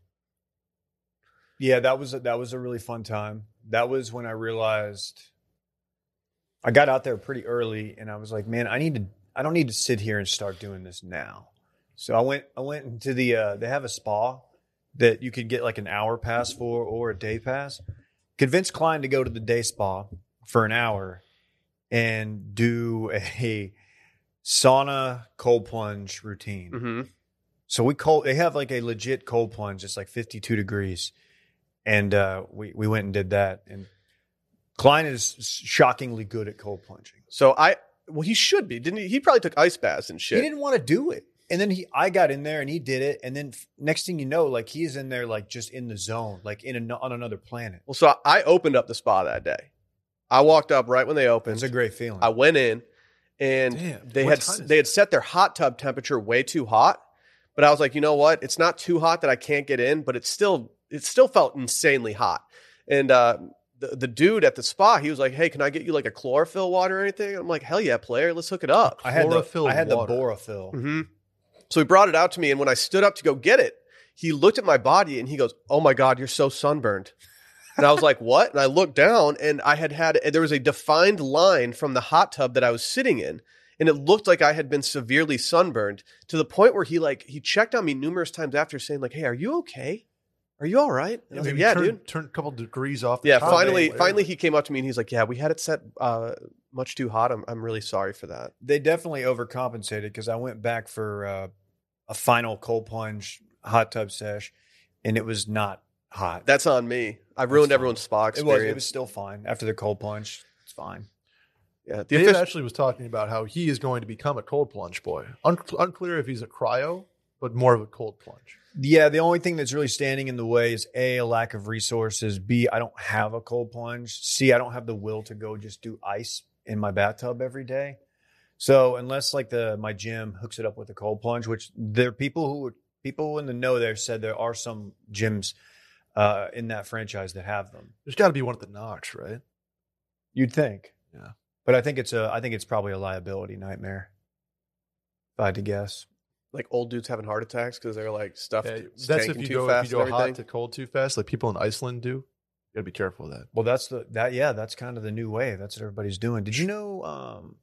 [SPEAKER 2] Yeah, that was a, that was a really fun time. That was when I realized I got out there pretty early, and I was like, "Man, I need to. I don't need to sit here and start doing this now." So I went. I went into the. Uh, they have a spa that you could get like an hour pass for or a day pass. Convinced Klein to go to the day spa for an hour and do a sauna cold plunge routine.
[SPEAKER 1] Mm-hmm.
[SPEAKER 2] So we cold. They have like a legit cold plunge. It's like 52 degrees, and uh, we we went and did that. And Klein is shockingly good at cold plunging.
[SPEAKER 1] So I well he should be didn't he? He probably took ice baths and
[SPEAKER 2] He
[SPEAKER 1] shit.
[SPEAKER 2] didn't want to do it, and then he I got in there and he did it. And then f- next thing you know, like he's in there like just in the zone, like in an, on another planet.
[SPEAKER 1] Well, so I opened up the spa that day. I walked up right when they opened.
[SPEAKER 2] It's a great feeling.
[SPEAKER 1] I went in and
[SPEAKER 3] Damn,
[SPEAKER 1] they
[SPEAKER 3] what
[SPEAKER 1] had
[SPEAKER 3] time is
[SPEAKER 1] they
[SPEAKER 3] it?
[SPEAKER 1] had set their hot tub temperature way too hot. But I was like, you know what? It's not too hot that I can't get in, but it's still it still felt insanely hot. And uh, the the dude at the spa, he was like, hey, can I get you like a chlorophyll water or anything? I'm like, hell yeah, player, let's hook it up.
[SPEAKER 2] I had the
[SPEAKER 3] Chlorophyll
[SPEAKER 2] I had the
[SPEAKER 3] water.
[SPEAKER 2] borophyll.
[SPEAKER 1] hmm So he brought it out to me, and when I stood up to go get it, he looked at my body and he goes, "Oh my god, you're so sunburned." And I was like, "What?" And I looked down, and I had had there was a defined line from the hot tub that I was sitting in, and it looked like I had been severely sunburned to the point where he like he checked on me numerous times after, saying like, "Hey, are you okay? Are you all right?" And I was like,
[SPEAKER 3] Maybe
[SPEAKER 1] "Yeah,
[SPEAKER 3] turn,
[SPEAKER 1] dude."
[SPEAKER 3] Turn a couple degrees off. The
[SPEAKER 1] Yeah,
[SPEAKER 3] top
[SPEAKER 1] finally,
[SPEAKER 3] there.
[SPEAKER 1] finally, he came up to me and he's like, "Yeah, we had it set uh, much too hot. I'm, I'm really sorry for that."
[SPEAKER 2] They definitely overcompensated because I went back for uh, a final cold plunge hot tub sesh, and it was not hot.
[SPEAKER 1] That's on me. I ruined
[SPEAKER 2] fine.
[SPEAKER 1] everyone's spa
[SPEAKER 2] It
[SPEAKER 1] experience.
[SPEAKER 2] was. It was still fine after the cold plunge. It's fine.
[SPEAKER 1] Yeah, the
[SPEAKER 3] Dave
[SPEAKER 1] official,
[SPEAKER 3] actually was talking about how he is going to become a cold plunge boy. Un- unclear if he's a cryo, but more of a cold plunge.
[SPEAKER 2] Yeah, the only thing that's really standing in the way is a, a lack of resources. B, I don't have a cold plunge. C, I don't have the will to go just do ice in my bathtub every day. So unless like the my gym hooks it up with a cold plunge, which there are people who people in the know there said there are some gyms uh, in that franchise that have them.
[SPEAKER 3] There's got to be one at the Notch, right?
[SPEAKER 2] You'd think.
[SPEAKER 3] Yeah.
[SPEAKER 2] But I think it's a I think it's probably a liability nightmare. If I had to guess.
[SPEAKER 1] like old dudes having heart attacks because they're like stuffed.
[SPEAKER 3] Yeah, that's
[SPEAKER 1] tanking
[SPEAKER 3] if you
[SPEAKER 1] too
[SPEAKER 3] go
[SPEAKER 1] fast
[SPEAKER 3] if you go
[SPEAKER 1] and
[SPEAKER 3] hot
[SPEAKER 1] everything.
[SPEAKER 3] to cold too fast, like people in Iceland do. You got to be careful of that.
[SPEAKER 2] Well, that's the that yeah, that's kind of the new wave. That's what everybody's doing. Did you know? Um,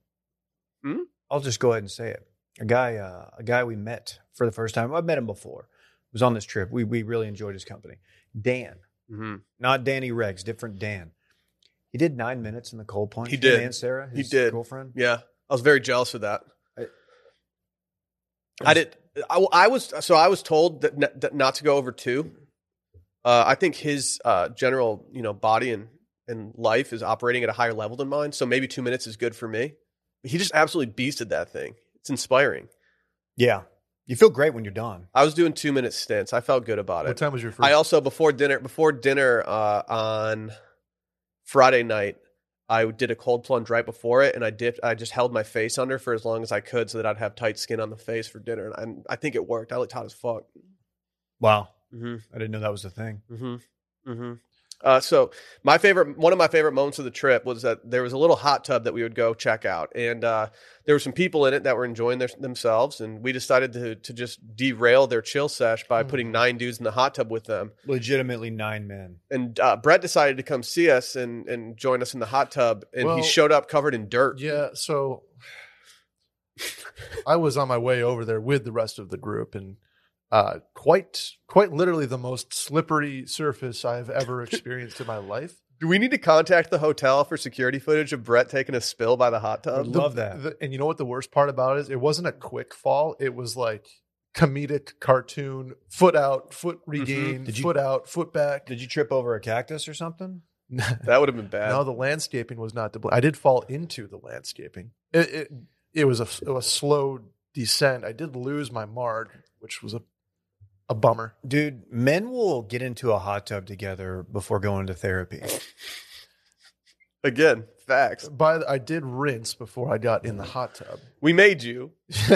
[SPEAKER 1] Hmm?
[SPEAKER 2] I'll just go ahead and say it. a guy uh, a guy we met for the first time. I've met him before. Was on this trip. We we really enjoyed his company. Dan,
[SPEAKER 1] hmm
[SPEAKER 2] not Danny Regs, different Dan. He did nine minutes in the cold plunge.
[SPEAKER 1] He
[SPEAKER 2] him
[SPEAKER 1] did.
[SPEAKER 2] And Sarah,
[SPEAKER 1] He
[SPEAKER 2] his
[SPEAKER 1] did.
[SPEAKER 2] girlfriend.
[SPEAKER 1] Yeah, I was very jealous of that. I,
[SPEAKER 2] I-
[SPEAKER 1] did. I, I was so I was told that, n- that not to go over two. Uh, I think his uh, general, you know, body and and life is operating at a higher level than mine. So maybe two minutes is good for me. He just absolutely beasted that thing. It's inspiring.
[SPEAKER 2] Yeah, you feel great when you're done.
[SPEAKER 1] I was doing two minute stints. I felt good about
[SPEAKER 3] What
[SPEAKER 1] it.
[SPEAKER 3] time was your first?
[SPEAKER 1] I also before dinner before dinner uh, on Friday night, I did a cold plunge right before it, and I dipped. I just held my face under for as long as I could so that I'd have tight skin on the face for dinner, and I, I think it worked. I looked hot as fuck.
[SPEAKER 2] Wow,
[SPEAKER 1] Mm-hmm.
[SPEAKER 2] I didn't know that was the thing.
[SPEAKER 1] Mm-hmm. Mm-hmm. Uh, so my favorite, one of my favorite moments of the trip was that there was a little hot tub that we would go check out, and uh, there were some people in it that were enjoying their, themselves, and we decided to to just derail their chill sesh by putting nine dudes in the hot tub with them.
[SPEAKER 2] Legitimately nine men.
[SPEAKER 1] And uh, Brett decided to come see us and and join us in the hot tub, and he
[SPEAKER 3] Well-
[SPEAKER 1] showed up covered in dirt.
[SPEAKER 3] Yeah, so I was on my way over there with the rest of the group, and uh, quite quite literally the most slippery surface I've ever experienced in my life.
[SPEAKER 1] Do we need to contact the hotel for security footage of Brett taking a spill by the hot
[SPEAKER 2] I
[SPEAKER 1] tub?
[SPEAKER 2] love
[SPEAKER 3] The-
[SPEAKER 2] that.
[SPEAKER 3] the- and you know what the worst part about it is? It wasn't a quick fall. It was like comedic cartoon foot out, foot regain,
[SPEAKER 2] Did you-
[SPEAKER 3] foot out, foot back.
[SPEAKER 2] Did you trip over a cactus or something?
[SPEAKER 1] That would have been bad.
[SPEAKER 3] No, the landscaping was not to blame. I did fall into the landscaping. It it, it was a it was a slow descent. I did lose my marg, which was a a bummer.
[SPEAKER 2] Dude, men will get into a hot tub together before going to therapy.
[SPEAKER 1] Again, facts.
[SPEAKER 3] By the, I did rinse before I got in the hot tub.
[SPEAKER 1] We made you.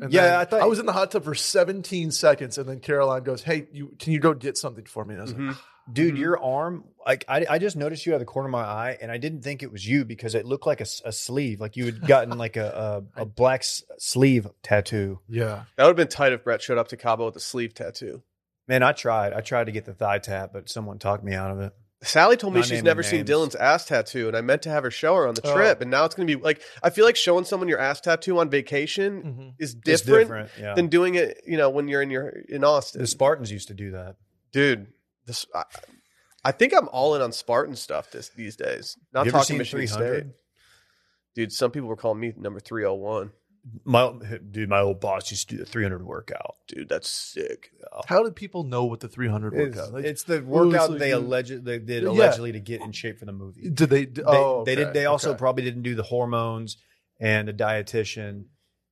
[SPEAKER 3] And
[SPEAKER 2] Yeah,
[SPEAKER 3] then
[SPEAKER 2] I thought-
[SPEAKER 3] I was in the hot tub for 17 seconds, and then Caroline goes, "Hey, you can you go get something for me?" And I was like,
[SPEAKER 1] Mhm.
[SPEAKER 2] Dude,
[SPEAKER 1] Mhm.
[SPEAKER 2] your arm, like I, I just noticed you out of the corner of my eye, and I didn't think it was you because it looked like a, s- a sleeve, like you had gotten like a a, a black s- sleeve tattoo.
[SPEAKER 3] "Yeah,
[SPEAKER 1] That would have been tight if Brett showed up to Cabo with a sleeve tattoo.
[SPEAKER 2] Man, I tried. I tried to get the thigh tap, but someone talked me out of it.
[SPEAKER 1] Sally told me
[SPEAKER 2] Not
[SPEAKER 1] she's
[SPEAKER 2] naming
[SPEAKER 1] never seen
[SPEAKER 2] names.
[SPEAKER 1] Dylan's ass tattoo, and I meant to have her show her on the
[SPEAKER 3] Oh.
[SPEAKER 1] trip, and now it's going to be like I feel like showing someone your ass tattoo on vacation
[SPEAKER 3] Mm-hmm.
[SPEAKER 1] is
[SPEAKER 2] Mm. It's
[SPEAKER 1] different,
[SPEAKER 2] different. Yeah.
[SPEAKER 1] than doing it, you know, when you're in your in Austin,
[SPEAKER 2] the Spartans used to do that.
[SPEAKER 1] dude. This I, I think I'm all in on Spartan stuff this these days. Not
[SPEAKER 2] You ever
[SPEAKER 1] talking
[SPEAKER 2] seen
[SPEAKER 1] Michigan State,
[SPEAKER 2] 300?
[SPEAKER 1] dude. Some people were calling me number three hundred one,
[SPEAKER 2] My dude, my old boss used to do the 300 workout.
[SPEAKER 1] dude. That's sick.
[SPEAKER 3] How did people know what the 300
[SPEAKER 2] Oh. It's,
[SPEAKER 3] workout? Like,
[SPEAKER 2] it's the
[SPEAKER 3] Well, it's
[SPEAKER 2] workout
[SPEAKER 3] like
[SPEAKER 2] they
[SPEAKER 3] you-
[SPEAKER 2] alleged they did
[SPEAKER 3] Yeah.
[SPEAKER 2] allegedly to get in shape for the movie.
[SPEAKER 3] did they?
[SPEAKER 2] They,
[SPEAKER 3] oh,
[SPEAKER 2] they did.
[SPEAKER 3] okay,
[SPEAKER 2] They also
[SPEAKER 3] okay.
[SPEAKER 2] probably didn't do the hormones and the dietitian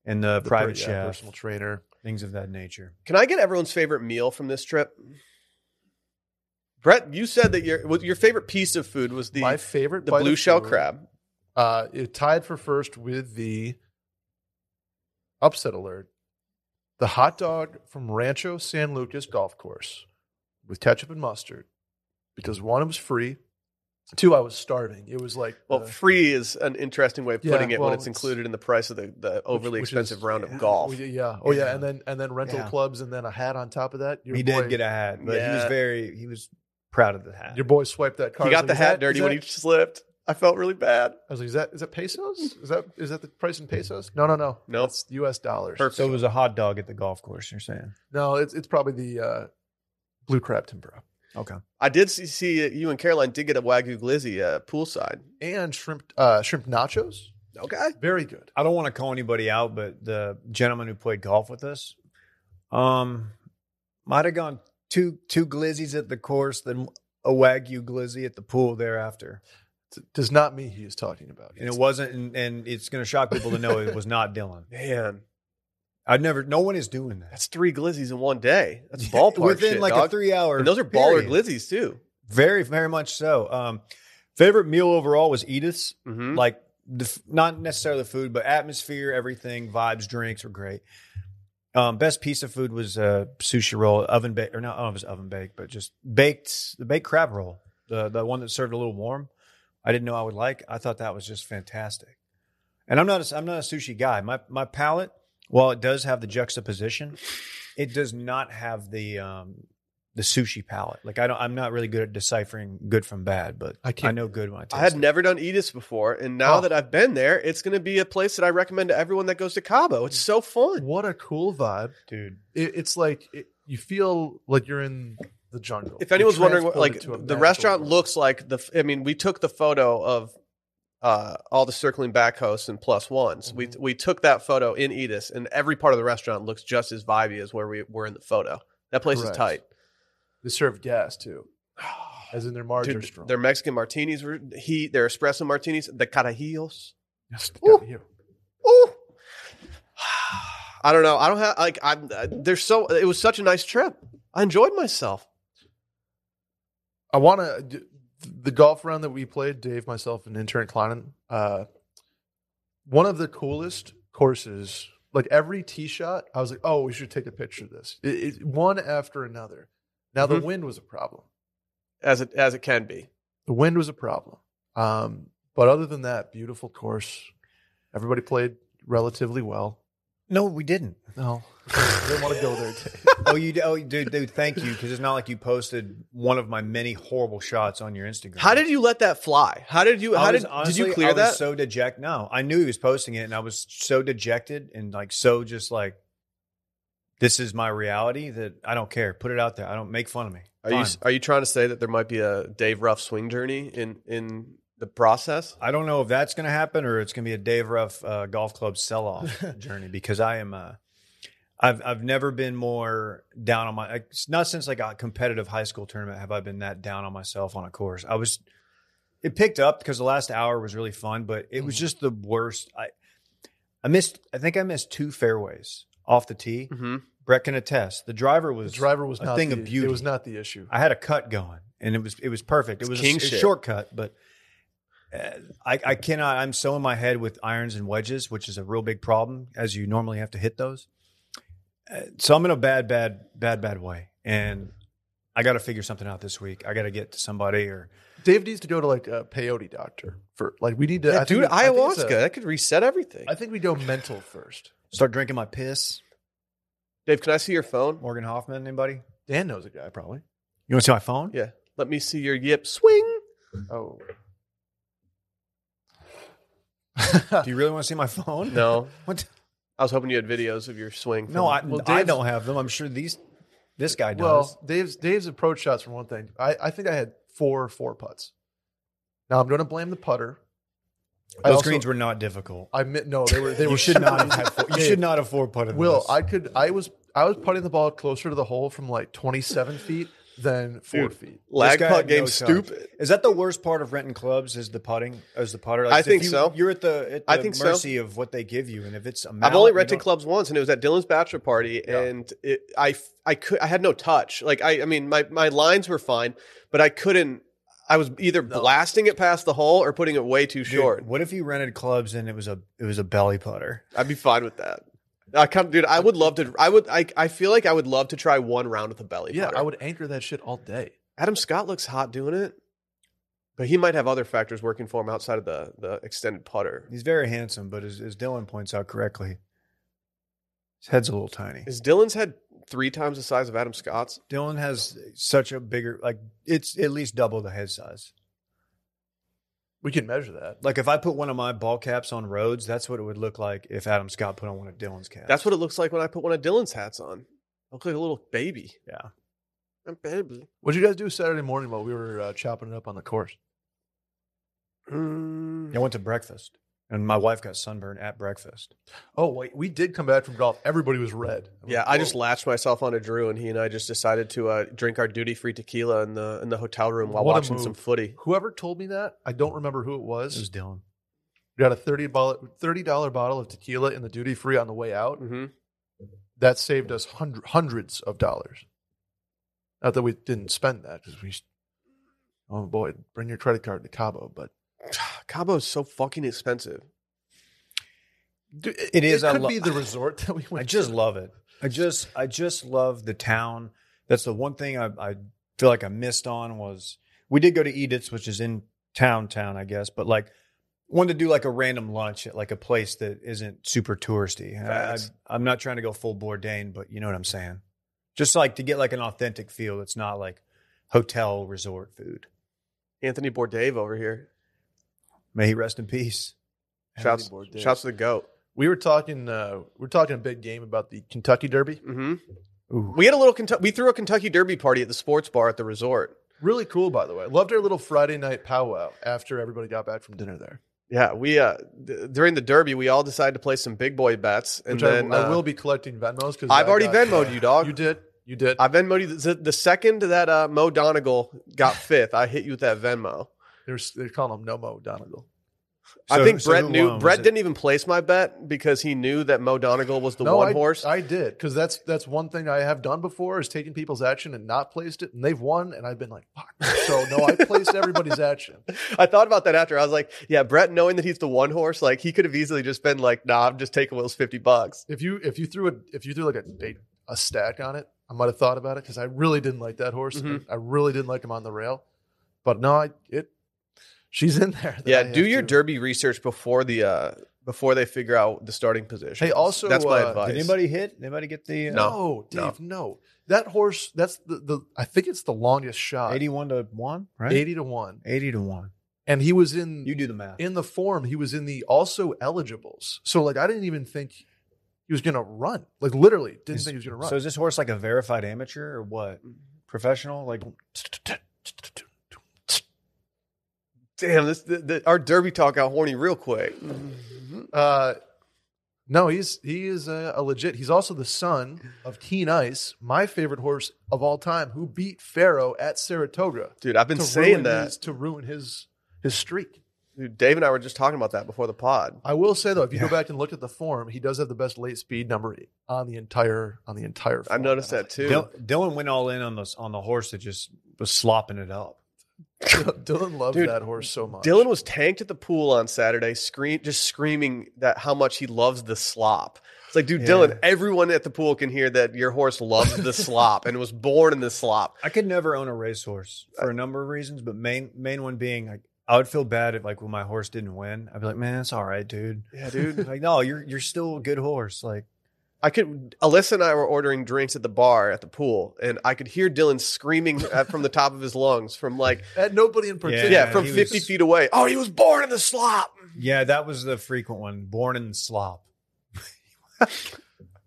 [SPEAKER 2] and the,
[SPEAKER 3] The per-
[SPEAKER 2] private
[SPEAKER 3] yeah,
[SPEAKER 2] chef,
[SPEAKER 3] personal trainer.
[SPEAKER 2] things of that nature.
[SPEAKER 1] Can I get everyone's favorite meal from this trip? Brett, you said that your what- your favorite piece of food was the
[SPEAKER 3] My favorite,
[SPEAKER 1] the
[SPEAKER 3] bite
[SPEAKER 1] blue
[SPEAKER 3] of
[SPEAKER 1] shell
[SPEAKER 3] food,
[SPEAKER 1] crab.
[SPEAKER 3] Uh, it tied for first with the upset alert, the hot dog from Rancho San Lucas Golf Course with ketchup and mustard, because one, it was free. Two, I was starving. It was like
[SPEAKER 1] Well,
[SPEAKER 3] uh,
[SPEAKER 1] free is an interesting way of
[SPEAKER 3] Yeah,
[SPEAKER 1] putting it
[SPEAKER 3] well,
[SPEAKER 1] when it's,
[SPEAKER 3] it's-
[SPEAKER 1] included in the price of the, the overly
[SPEAKER 3] which- which
[SPEAKER 1] expensive
[SPEAKER 3] is-
[SPEAKER 1] round
[SPEAKER 3] yeah,
[SPEAKER 1] of golf.
[SPEAKER 3] we- Yeah. Oh yeah.
[SPEAKER 2] Yeah.
[SPEAKER 3] And then and then rental
[SPEAKER 2] Yeah.
[SPEAKER 3] clubs and then a hat on top of that. Your
[SPEAKER 2] he
[SPEAKER 3] boy-
[SPEAKER 2] did get a hat, but he was
[SPEAKER 1] Yeah.
[SPEAKER 2] very he was proud of the hat.
[SPEAKER 3] your boy swiped that card.
[SPEAKER 1] He
[SPEAKER 3] I was
[SPEAKER 1] got the
[SPEAKER 3] like, "Is
[SPEAKER 1] hat
[SPEAKER 3] that-
[SPEAKER 1] dirty
[SPEAKER 3] is
[SPEAKER 1] when
[SPEAKER 3] that-
[SPEAKER 1] he slipped. I felt really bad.
[SPEAKER 3] I was like, is that is that pesos? Is that is that the price in pesos? No, no, no.
[SPEAKER 1] No.
[SPEAKER 3] It's US dollars.
[SPEAKER 1] Perfect.
[SPEAKER 2] so it was a hot dog at the golf course. You're saying
[SPEAKER 3] No, it's it's probably the uh, blue crab tempura
[SPEAKER 2] okay?
[SPEAKER 1] I did see, see that you and Caroline did get a wagyu glizzy uh, poolside.
[SPEAKER 3] and shrimp uh, shrimp nachos.
[SPEAKER 1] Okay.
[SPEAKER 3] Very good.
[SPEAKER 2] I don't want to call anybody out, but the gentleman who played golf with us, um, might have gone two two glizzies at the course, then a wagyu glizzy at the pool thereafter.
[SPEAKER 3] It does not mean he is talking about.
[SPEAKER 2] And it wasn't, and, and it's going to shock people to know it was not Dylan.
[SPEAKER 1] Man,
[SPEAKER 2] I've never. No one is doing that.
[SPEAKER 1] that's three glizzies in one day. That's ballpark
[SPEAKER 2] within
[SPEAKER 1] shit,
[SPEAKER 2] like
[SPEAKER 1] dog.
[SPEAKER 2] a three hour.
[SPEAKER 1] And those are baller
[SPEAKER 2] period.
[SPEAKER 1] glizzies too.
[SPEAKER 2] Very, very much so. Um, favorite meal overall was Edith's.
[SPEAKER 1] Mm-hmm.
[SPEAKER 2] Like the, f- not necessarily the food, but atmosphere, everything, vibes, drinks were great. Um, best piece of food was uh, sushi roll, oven baked, or not oh, it was oven baked, but just baked the baked crab roll, the the one that served a little warm. I didn't know I would like. I thought that was just fantastic. And I'm not a, I'm not a sushi guy. My my palate, while it does have the juxtaposition, it does not have the um, the sushi palate. Like I don't, I'm not really good at deciphering good from bad, but
[SPEAKER 3] I
[SPEAKER 2] I,
[SPEAKER 3] can't-
[SPEAKER 2] know good when I taste
[SPEAKER 1] I had
[SPEAKER 2] it.
[SPEAKER 1] never done Edis before, and now
[SPEAKER 3] Oh.
[SPEAKER 1] that I've been there, it's going to be a place that I recommend to everyone that goes to Cabo. It's so fun.
[SPEAKER 3] What a cool vibe.
[SPEAKER 2] dude.
[SPEAKER 3] It, it's like it, you feel like you're in the jungle.
[SPEAKER 1] If anyone's
[SPEAKER 3] You're
[SPEAKER 1] wondering, what, like
[SPEAKER 3] transported to a
[SPEAKER 1] the
[SPEAKER 3] magical
[SPEAKER 1] restaurant
[SPEAKER 3] world.
[SPEAKER 1] looks like the. f- I mean, we took the photo of uh, all the circling back hosts and plus ones.
[SPEAKER 2] Mm-hmm.
[SPEAKER 1] We we took that photo in Edis, and every part of the restaurant looks just as vibey as where we were in the photo. That place
[SPEAKER 3] Correct.
[SPEAKER 1] is tight.
[SPEAKER 3] They serve gas too, as in their margins are
[SPEAKER 1] Dude,
[SPEAKER 3] strong.
[SPEAKER 1] their Mexican martinis were heat. Their espresso martinis, the carajillos.
[SPEAKER 3] Yes, they
[SPEAKER 1] Ooh.
[SPEAKER 3] got you.
[SPEAKER 1] Ooh. I don't know. I don't have like I'm. Uh, there's so it was such a nice trip. I enjoyed myself.
[SPEAKER 3] I want to the golf round that we played. Dave, myself, and intern Klein. Uh, one of the coolest courses. Like every tee shot, I was like, "Oh, we should take a picture of this." It, it, one after another. Now
[SPEAKER 1] Mhm.
[SPEAKER 2] Mm-hmm.
[SPEAKER 3] the wind was a problem.
[SPEAKER 1] As it as it can be.
[SPEAKER 3] The wind was a problem. Um, but other than that, beautiful course. Everybody played relatively well.
[SPEAKER 2] No, we didn't.
[SPEAKER 3] No, didn't want to go there. Dave.
[SPEAKER 2] oh, you, d- oh, dude, dude, thank you, because it's not like you posted one of my many horrible shots on your Instagram.
[SPEAKER 1] How did you let that fly? How did you?
[SPEAKER 2] I
[SPEAKER 1] How
[SPEAKER 2] was
[SPEAKER 1] did
[SPEAKER 2] honestly-
[SPEAKER 1] did you
[SPEAKER 2] I
[SPEAKER 1] clear
[SPEAKER 2] was
[SPEAKER 1] that?
[SPEAKER 2] So dejected. No, I knew he was posting it, and I was so dejected and like so just like, this is my reality that I don't care. Put it out there. I don't make fun of me.
[SPEAKER 1] are you
[SPEAKER 2] Fine.
[SPEAKER 1] are you trying to say that there might be a Dave Ruff swing journey in in the process?
[SPEAKER 2] I don't know if that's going to happen or it's going to be a Dave Ruff uh, golf club sell off journey because I am. Uh, I've I've never been more down on my. Like, not since like a competitive high school tournament have I been that down on myself on a course. I was. It picked up because the last hour was really fun, but it was
[SPEAKER 3] Mhm.
[SPEAKER 2] just the worst. I I missed. I think I missed two fairways off the tee.
[SPEAKER 1] Mm-hmm.
[SPEAKER 2] Brett can attest. The driver
[SPEAKER 3] The
[SPEAKER 2] was.
[SPEAKER 3] driver was
[SPEAKER 2] A
[SPEAKER 3] not
[SPEAKER 2] thing
[SPEAKER 3] the,
[SPEAKER 2] of beauty.
[SPEAKER 3] It was not the issue.
[SPEAKER 2] I had a cut going, and it was it was perfect. It
[SPEAKER 1] It's
[SPEAKER 2] was a,
[SPEAKER 1] king
[SPEAKER 2] a
[SPEAKER 1] shit.
[SPEAKER 2] shortcut, but uh, I, I cannot. I'm so in my head with irons and wedges, which is a real big problem, as you normally have to hit those. Uh, so I'm in a bad, bad, bad, bad way, and I got to figure something out this week. I got to get to somebody or
[SPEAKER 3] Dave needs to go to like a peyote doctor for like we need to. I think
[SPEAKER 1] dude,
[SPEAKER 3] we- I think it's
[SPEAKER 1] ayahuasca
[SPEAKER 3] a-
[SPEAKER 1] that could reset everything.
[SPEAKER 3] I think we go mental first.
[SPEAKER 2] start drinking my piss.
[SPEAKER 1] Dave, can I see your phone?
[SPEAKER 2] Morgan Hoffman, anybody?
[SPEAKER 3] Dan knows a guy probably.
[SPEAKER 2] You want to see my phone?
[SPEAKER 1] Yeah, let me see your yip swing.
[SPEAKER 3] Oh,
[SPEAKER 2] Do you really want to see my phone?
[SPEAKER 1] No,
[SPEAKER 2] What?
[SPEAKER 1] I was hoping you had videos of your swing.
[SPEAKER 2] No, I,
[SPEAKER 3] Well,
[SPEAKER 2] I
[SPEAKER 3] Dave's-
[SPEAKER 2] don't have them. I'm sure these this guy does.
[SPEAKER 3] well, Dave's Dave's approach shots for one thing. I, I think I had four four putts. Now I'm going to blame the putter. I
[SPEAKER 2] those
[SPEAKER 3] also-
[SPEAKER 2] greens were not difficult.
[SPEAKER 3] I mi- no, they were they
[SPEAKER 2] you
[SPEAKER 3] were.
[SPEAKER 2] should not have had four, you
[SPEAKER 3] Dave,
[SPEAKER 2] should not have four putted.
[SPEAKER 3] Will I could I was I was putting the ball closer to the hole from like 27 feet than four
[SPEAKER 1] Dude,
[SPEAKER 3] feet.
[SPEAKER 1] lag
[SPEAKER 2] This guy
[SPEAKER 1] putt
[SPEAKER 2] had
[SPEAKER 1] game
[SPEAKER 2] no touch.
[SPEAKER 1] stupid.
[SPEAKER 2] Is that the worst part of renting clubs? Is the putting? Is the putter?
[SPEAKER 1] I
[SPEAKER 2] if
[SPEAKER 1] think
[SPEAKER 2] you-
[SPEAKER 1] so.
[SPEAKER 2] You're at the, at the
[SPEAKER 1] I think so.
[SPEAKER 2] mercy of what they give you, and if it's a mallet,
[SPEAKER 1] I've only
[SPEAKER 2] you
[SPEAKER 1] rented
[SPEAKER 2] don't-
[SPEAKER 1] clubs once, and it was at Dylan's bachelor party,
[SPEAKER 2] Yeah.
[SPEAKER 1] and it, I f- I could I had no touch. Like I I mean my my lines were fine, but I couldn't. I was either blasting it past the hole or putting it way too
[SPEAKER 2] Dude,
[SPEAKER 1] short.
[SPEAKER 2] What if you rented clubs and it was a it was a belly putter?
[SPEAKER 1] I'd be fine with that. I come, dude. I would love to. I would. I. I feel like I would love to try one round with a belly.
[SPEAKER 3] Yeah,
[SPEAKER 1] putter.
[SPEAKER 3] I would anchor that shit all day.
[SPEAKER 1] Adam Scott looks hot doing it, but he might have other factors working for him outside of the the extended putter.
[SPEAKER 2] He's very handsome, but as, as Dylan points out correctly, his head's a little tiny.
[SPEAKER 1] Is Dylan's head three times the size of Adam Scott's?
[SPEAKER 2] Dylan has such a bigger like it's at least double the head size.
[SPEAKER 3] We can measure that.
[SPEAKER 2] Like if I put one of my ball caps on Rhodes, that's what it would look like if Adam Scott put on one of Dylan's caps.
[SPEAKER 1] That's what it looks like when I put one of Dylan's hats on. I look like a little baby.
[SPEAKER 2] Yeah.
[SPEAKER 1] I'm baby.
[SPEAKER 3] What'd you guys do Saturday morning while we were uh, chopping it up on the course?
[SPEAKER 1] Mm.
[SPEAKER 2] I went to breakfast, and my wife got sunburned at breakfast.
[SPEAKER 3] Oh wait, we did come back from golf. Everybody was red. I'm
[SPEAKER 1] Yeah,
[SPEAKER 3] like,
[SPEAKER 1] I just
[SPEAKER 3] whoa.
[SPEAKER 1] latched myself onto Drew, and he and I just decided to uh, drink our duty free tequila in the in the hotel room while
[SPEAKER 3] What a
[SPEAKER 1] watching some
[SPEAKER 3] move.
[SPEAKER 1] footy.
[SPEAKER 3] Whoever told me that, I don't remember who it
[SPEAKER 2] This is
[SPEAKER 3] was.
[SPEAKER 2] Dylan.
[SPEAKER 3] We got a thirty bottle, thirty dollar bottle of tequila in the duty free on the way out.
[SPEAKER 2] Mm.
[SPEAKER 1] Mm-hmm.
[SPEAKER 3] That saved us hundred, hundreds of dollars. Not that we didn't spend that because we. Oh boy, bring your credit card to Cabo, but
[SPEAKER 1] Cabo is so fucking expensive.
[SPEAKER 2] It is.
[SPEAKER 3] It
[SPEAKER 2] I
[SPEAKER 3] could
[SPEAKER 2] lo-
[SPEAKER 3] be the resort that we
[SPEAKER 2] I
[SPEAKER 3] went.
[SPEAKER 2] just
[SPEAKER 3] to.
[SPEAKER 2] love it. I just, I just love the town. That's the one thing I, I feel like I missed on was we did go to Edith's, which is in town, town, I guess. But like, wanted to do like a random lunch at like a place that isn't super touristy. And I,
[SPEAKER 1] Facts.
[SPEAKER 2] I, am not trying to go full Bourdain, but you know what I'm saying. Just like to get like an authentic feel that's not like hotel resort food.
[SPEAKER 1] Anthony Bourdain over here.
[SPEAKER 2] May he rest in peace.
[SPEAKER 1] Shouts,
[SPEAKER 3] Anthony Bourdain.
[SPEAKER 1] shouts to the goat.
[SPEAKER 3] We were talking. Uh, we are talking a big game about the Kentucky Derby.
[SPEAKER 1] hmm
[SPEAKER 2] Ooh.
[SPEAKER 1] We had a little. Kentu- we threw a Kentucky Derby party at the sports bar at the resort.
[SPEAKER 3] Really cool, by the way. Loved our little Friday night powwow after everybody got back from dinner there.
[SPEAKER 1] Yeah, we uh d- during the Derby we all decided to play some big boy bets, and
[SPEAKER 3] Which
[SPEAKER 1] then
[SPEAKER 3] I, I
[SPEAKER 1] uh,
[SPEAKER 3] will be collecting Venmos because
[SPEAKER 1] I've already Venmo'd you, dog.
[SPEAKER 3] You did. You did.
[SPEAKER 1] I Venmo you the, the second that uh, Mo Donegal got fifth. I hit you with that Venmo.
[SPEAKER 3] they're, they're calling him Nomo Donegal.
[SPEAKER 1] I
[SPEAKER 2] So-
[SPEAKER 1] think
[SPEAKER 2] so
[SPEAKER 1] Brett
[SPEAKER 2] who
[SPEAKER 1] knew.
[SPEAKER 2] won?
[SPEAKER 1] Brett
[SPEAKER 2] Was it-
[SPEAKER 1] didn't even place my bet because he knew that Mo Donegal was the one
[SPEAKER 3] I,
[SPEAKER 1] horse.
[SPEAKER 3] I did because that's that's one thing I have done before is taken people's action and not placed it, and they've won, and I've been like, fuck. So no, I placed everybody's action.
[SPEAKER 1] I thought about that after. I was like, yeah, Brett, knowing that he's the one horse, like he could have easily just been like, nah, I'm just taking Will's 50 bucks.
[SPEAKER 3] If you if you threw a if you threw like a date, a stack on it, I might have thought about it because I really didn't like that horse.
[SPEAKER 1] Mhm.
[SPEAKER 3] I really didn't like him on the rail, but no, I, it she's in there. that
[SPEAKER 1] yeah,
[SPEAKER 3] I
[SPEAKER 1] do
[SPEAKER 3] have
[SPEAKER 1] your
[SPEAKER 3] to.
[SPEAKER 1] derby research before the uh before they figure out the starting position.
[SPEAKER 3] Hey, also,
[SPEAKER 1] that's my
[SPEAKER 3] uh,
[SPEAKER 1] advice.
[SPEAKER 2] Did anybody hit? Anybody get the uh,
[SPEAKER 3] No,
[SPEAKER 1] No.
[SPEAKER 3] Dave, no. That horse, that's the, the I think it's the longest shot. 80,
[SPEAKER 2] eighty-one to one? Right,
[SPEAKER 3] to 1.
[SPEAKER 2] 80 to one.
[SPEAKER 3] And he was in
[SPEAKER 2] You do the math.
[SPEAKER 3] in the form, he was in the also eligibles. So like I didn't even think he was going to run. Like literally didn't
[SPEAKER 2] Is-
[SPEAKER 3] think he was going to run.
[SPEAKER 2] So is this horse like a verified amateur or what? Professional? Like
[SPEAKER 1] Damn, this the, the, our derby talk got horny real quick.
[SPEAKER 3] uh no, he's he is a, a legit. He's also the son of Keen Ice, my favorite horse of all time, who beat Pharaoh at Saratoga.
[SPEAKER 1] Dude, I've been
[SPEAKER 3] to
[SPEAKER 1] saying
[SPEAKER 3] ruin
[SPEAKER 1] that.
[SPEAKER 3] his- to ruin his his streak.
[SPEAKER 1] Dude, Dave and I were just talking about that before the pod.
[SPEAKER 3] I will say though, if you
[SPEAKER 2] Yeah.
[SPEAKER 3] go back and look at the form, he does have the best late speed number on the entire on the entire.
[SPEAKER 1] I
[SPEAKER 3] Form.
[SPEAKER 1] noticed
[SPEAKER 3] And
[SPEAKER 1] that too.
[SPEAKER 2] Dil- Dylan went all in on the on the horse that just was slopping it up.
[SPEAKER 3] Dylan loved
[SPEAKER 1] Dude,
[SPEAKER 3] that horse so much.
[SPEAKER 1] Dylan was tanked at the pool on Saturday, scream just screaming that how much he loves the slop. It's like, dude,
[SPEAKER 2] Yeah.
[SPEAKER 1] Dylan, everyone at the pool can hear that your horse loves the slop and was born in the slop.
[SPEAKER 2] I could never own a racehorse for a number of reasons, but main main one being like I would feel bad if like when my horse didn't win. I'd be like, man, it's all right, dude.
[SPEAKER 1] Yeah, dude.
[SPEAKER 2] Like, no, you're you're still a good horse. Like,
[SPEAKER 1] I could Alyssa and I were ordering drinks at the bar at the pool, and I could hear Dylan screaming at, from the top of his lungs from like
[SPEAKER 3] At nobody in particular.
[SPEAKER 1] yeah,
[SPEAKER 2] Yeah,
[SPEAKER 1] from
[SPEAKER 2] he
[SPEAKER 1] fifty
[SPEAKER 2] was-
[SPEAKER 1] feet away. Oh, he was born in the slop.
[SPEAKER 2] yeah, that was the frequent one. Born in slop.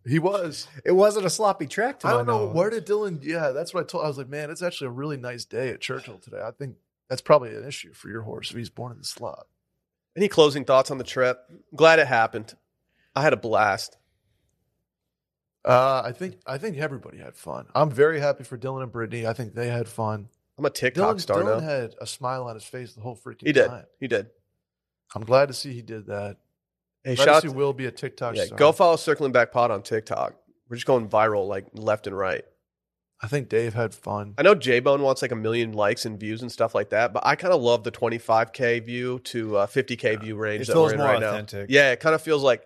[SPEAKER 3] he was.
[SPEAKER 2] It wasn't a sloppy track. to
[SPEAKER 3] I
[SPEAKER 2] my
[SPEAKER 3] don't know
[SPEAKER 2] knowledge.
[SPEAKER 3] where did Dylan. Yeah, that's what I told. I was like, man, it's actually a really nice day at Churchill today. I think that's probably an issue for your horse if he's born in the slot.
[SPEAKER 1] Any closing thoughts on the trip? Glad it happened. I had a blast.
[SPEAKER 3] Uh, I think I think everybody had fun. I'm very happy for Dylan and Brittany. I think they had fun.
[SPEAKER 1] I'm a TikTok
[SPEAKER 3] Dylan,
[SPEAKER 1] star now.
[SPEAKER 3] Dylan had a smile on his face the whole freaking
[SPEAKER 1] he did.
[SPEAKER 3] time.
[SPEAKER 1] He did.
[SPEAKER 3] I'm glad to see he did that.
[SPEAKER 1] Hey,
[SPEAKER 3] Glad
[SPEAKER 1] shout out
[SPEAKER 3] to
[SPEAKER 1] to
[SPEAKER 3] see Will be a TikTok
[SPEAKER 1] Yeah,
[SPEAKER 3] star.
[SPEAKER 1] go follow Circling Back Pod on TikTok. We're just going viral like left and right.
[SPEAKER 3] I think Dave had fun.
[SPEAKER 1] I know J Bone wants like a million likes and views and stuff like that, but I kind of love the 25k view to uh, 50k view range
[SPEAKER 2] It
[SPEAKER 1] that we're
[SPEAKER 2] feels
[SPEAKER 1] in
[SPEAKER 2] more
[SPEAKER 1] right
[SPEAKER 2] authentic.
[SPEAKER 1] now. Yeah, it kind of feels like,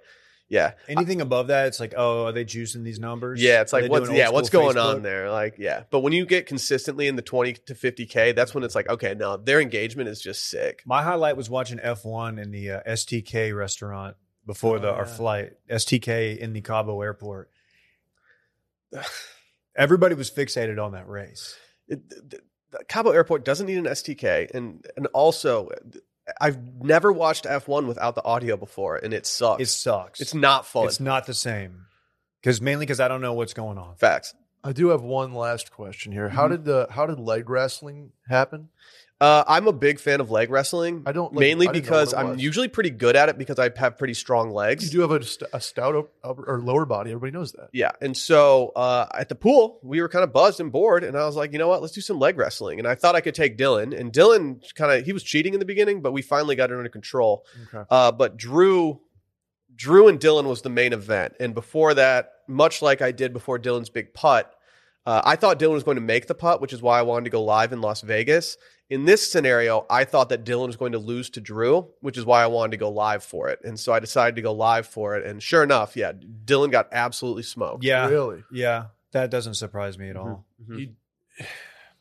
[SPEAKER 1] yeah,
[SPEAKER 2] Anything above that, it's like, oh, are they juicing these numbers?
[SPEAKER 1] yeah. It's
[SPEAKER 2] Are
[SPEAKER 1] like
[SPEAKER 2] they
[SPEAKER 1] what's
[SPEAKER 2] doing
[SPEAKER 1] yeah,
[SPEAKER 2] old
[SPEAKER 1] what's
[SPEAKER 2] school
[SPEAKER 1] going
[SPEAKER 2] Facebook?
[SPEAKER 1] on there? Like yeah, but when you get consistently in the 20 to 50k, that's when it's like okay, no, their engagement is just sick.
[SPEAKER 2] My highlight was watching F1 in the uh, STK restaurant before the,
[SPEAKER 3] Oh,
[SPEAKER 2] our
[SPEAKER 3] yeah.
[SPEAKER 2] flight. STK in the Cabo airport. Everybody was fixated on that race.
[SPEAKER 1] It, th- th- the Cabo Airport doesn't need an STK, and and also. th- I've never watched F1 without the audio before, and it sucks.
[SPEAKER 2] It sucks.
[SPEAKER 1] It's not fun.
[SPEAKER 2] It's not the same. Because mainly because I don't know what's going on.
[SPEAKER 1] Facts.
[SPEAKER 3] I do have one last question here. How
[SPEAKER 1] Mhm.
[SPEAKER 3] did the how did leg wrestling happen?
[SPEAKER 1] Uh, I'm a big fan of leg wrestling.
[SPEAKER 3] I don't, like,
[SPEAKER 1] mainly
[SPEAKER 3] I didn't know
[SPEAKER 1] because
[SPEAKER 3] what it
[SPEAKER 1] I'm
[SPEAKER 3] was.
[SPEAKER 1] usually pretty good at it because I have pretty strong legs.
[SPEAKER 3] You do have a, st- a stout up- upper, or lower body. Everybody knows that.
[SPEAKER 1] Yeah. And so uh, at the pool, we were kind of buzzed and bored. And I was like, you know what? Let's do some leg wrestling. And I thought I could take Dylan. And Dylan kind of, he was cheating in the beginning, but we finally got it under control.
[SPEAKER 3] Okay.
[SPEAKER 1] Uh, but Drew, Drew and Dylan was the main event, and before that, much like I did before Dylan's big putt, uh, I thought Dylan was going to make the putt, which is why I wanted to go live in Las Vegas. In this scenario, I thought that Dylan was going to lose to Drew, which is why I wanted to go live for it, and so I decided to go live for it. And sure enough, yeah, Dylan got absolutely smoked.
[SPEAKER 2] Yeah.
[SPEAKER 3] Really?
[SPEAKER 2] Yeah. That doesn't surprise me at all.
[SPEAKER 1] Mhm.
[SPEAKER 3] He-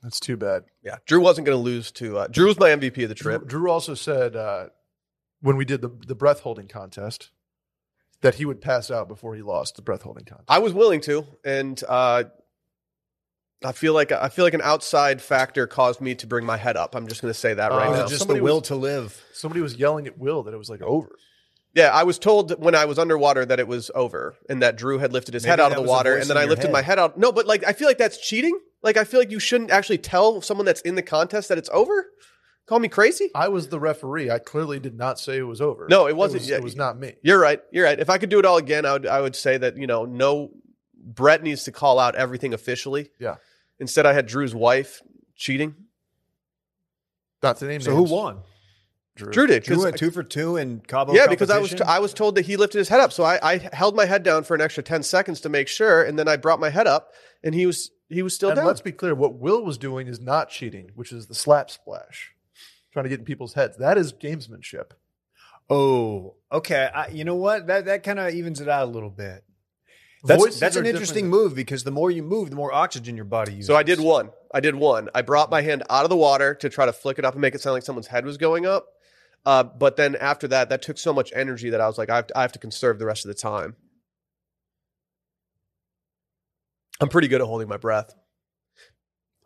[SPEAKER 3] that's too bad.
[SPEAKER 1] yeah. Drew wasn't going to lose to uh, Drew was my MVP of the
[SPEAKER 3] Drew,
[SPEAKER 1] trip.
[SPEAKER 3] Drew also said uh, when we did the, the breath holding contest that he would pass out before he lost the breath holding contest.
[SPEAKER 1] I was willing to, and uh, I feel like I feel like an outside factor caused me to bring my head up. I'm just going to say that right
[SPEAKER 2] Or is
[SPEAKER 3] Uh,
[SPEAKER 2] it
[SPEAKER 1] now.
[SPEAKER 2] Oh, just
[SPEAKER 3] Somebody
[SPEAKER 2] the will
[SPEAKER 3] was-
[SPEAKER 2] to live?
[SPEAKER 3] Somebody was yelling at Will that it was like over.
[SPEAKER 1] Yeah, I was told that when I was underwater that it was over and that Drew had lifted his
[SPEAKER 2] Maybe
[SPEAKER 1] head out of
[SPEAKER 2] that
[SPEAKER 1] the
[SPEAKER 2] was a
[SPEAKER 1] water
[SPEAKER 2] voice
[SPEAKER 1] and then
[SPEAKER 2] in
[SPEAKER 1] I
[SPEAKER 2] your
[SPEAKER 1] lifted
[SPEAKER 2] head.
[SPEAKER 1] my head out. No, but like I feel like that's cheating. Like I feel like you shouldn't actually tell someone that's in the contest that it's over. Call me crazy?
[SPEAKER 3] I was the referee. I clearly did not say it was over.
[SPEAKER 1] No, it wasn't
[SPEAKER 3] It was,
[SPEAKER 1] yet.
[SPEAKER 3] it was not me.
[SPEAKER 1] You're right. You're right. If I could do it all again, I would I would say that, you know, no Brett needs to call out everything officially.
[SPEAKER 3] Yeah.
[SPEAKER 1] Instead I had Drew's wife cheating.
[SPEAKER 3] Not to name
[SPEAKER 2] So who
[SPEAKER 3] names.
[SPEAKER 2] won?
[SPEAKER 1] Drew did
[SPEAKER 2] Drew
[SPEAKER 1] 'cause-
[SPEAKER 2] went two for two in Cabo.
[SPEAKER 1] yeah, because I was
[SPEAKER 2] competition?
[SPEAKER 1] I was told that he lifted his head up, so I, I held my head down for an extra ten seconds to make sure, and then I brought my head up, and he was he was still
[SPEAKER 3] and
[SPEAKER 1] down.
[SPEAKER 3] let's be clear, what Will was doing is not cheating, which is the slap splash, trying to get in people's heads. That is gamesmanship.
[SPEAKER 2] Oh, okay. I, you know what? That that kind of evens it out a little bit. That's
[SPEAKER 3] Voices
[SPEAKER 2] that's
[SPEAKER 3] are
[SPEAKER 2] an interesting
[SPEAKER 3] different.
[SPEAKER 2] move because the more you move, the more oxygen your body uses.
[SPEAKER 1] So I did one. I did one. I brought my hand out of the water to try to flick it up and make it sound like someone's head was going up. Uh, but then after that, that took so much energy that I was like, I have, to, I have to conserve the rest of the time. I'm pretty good at holding my breath.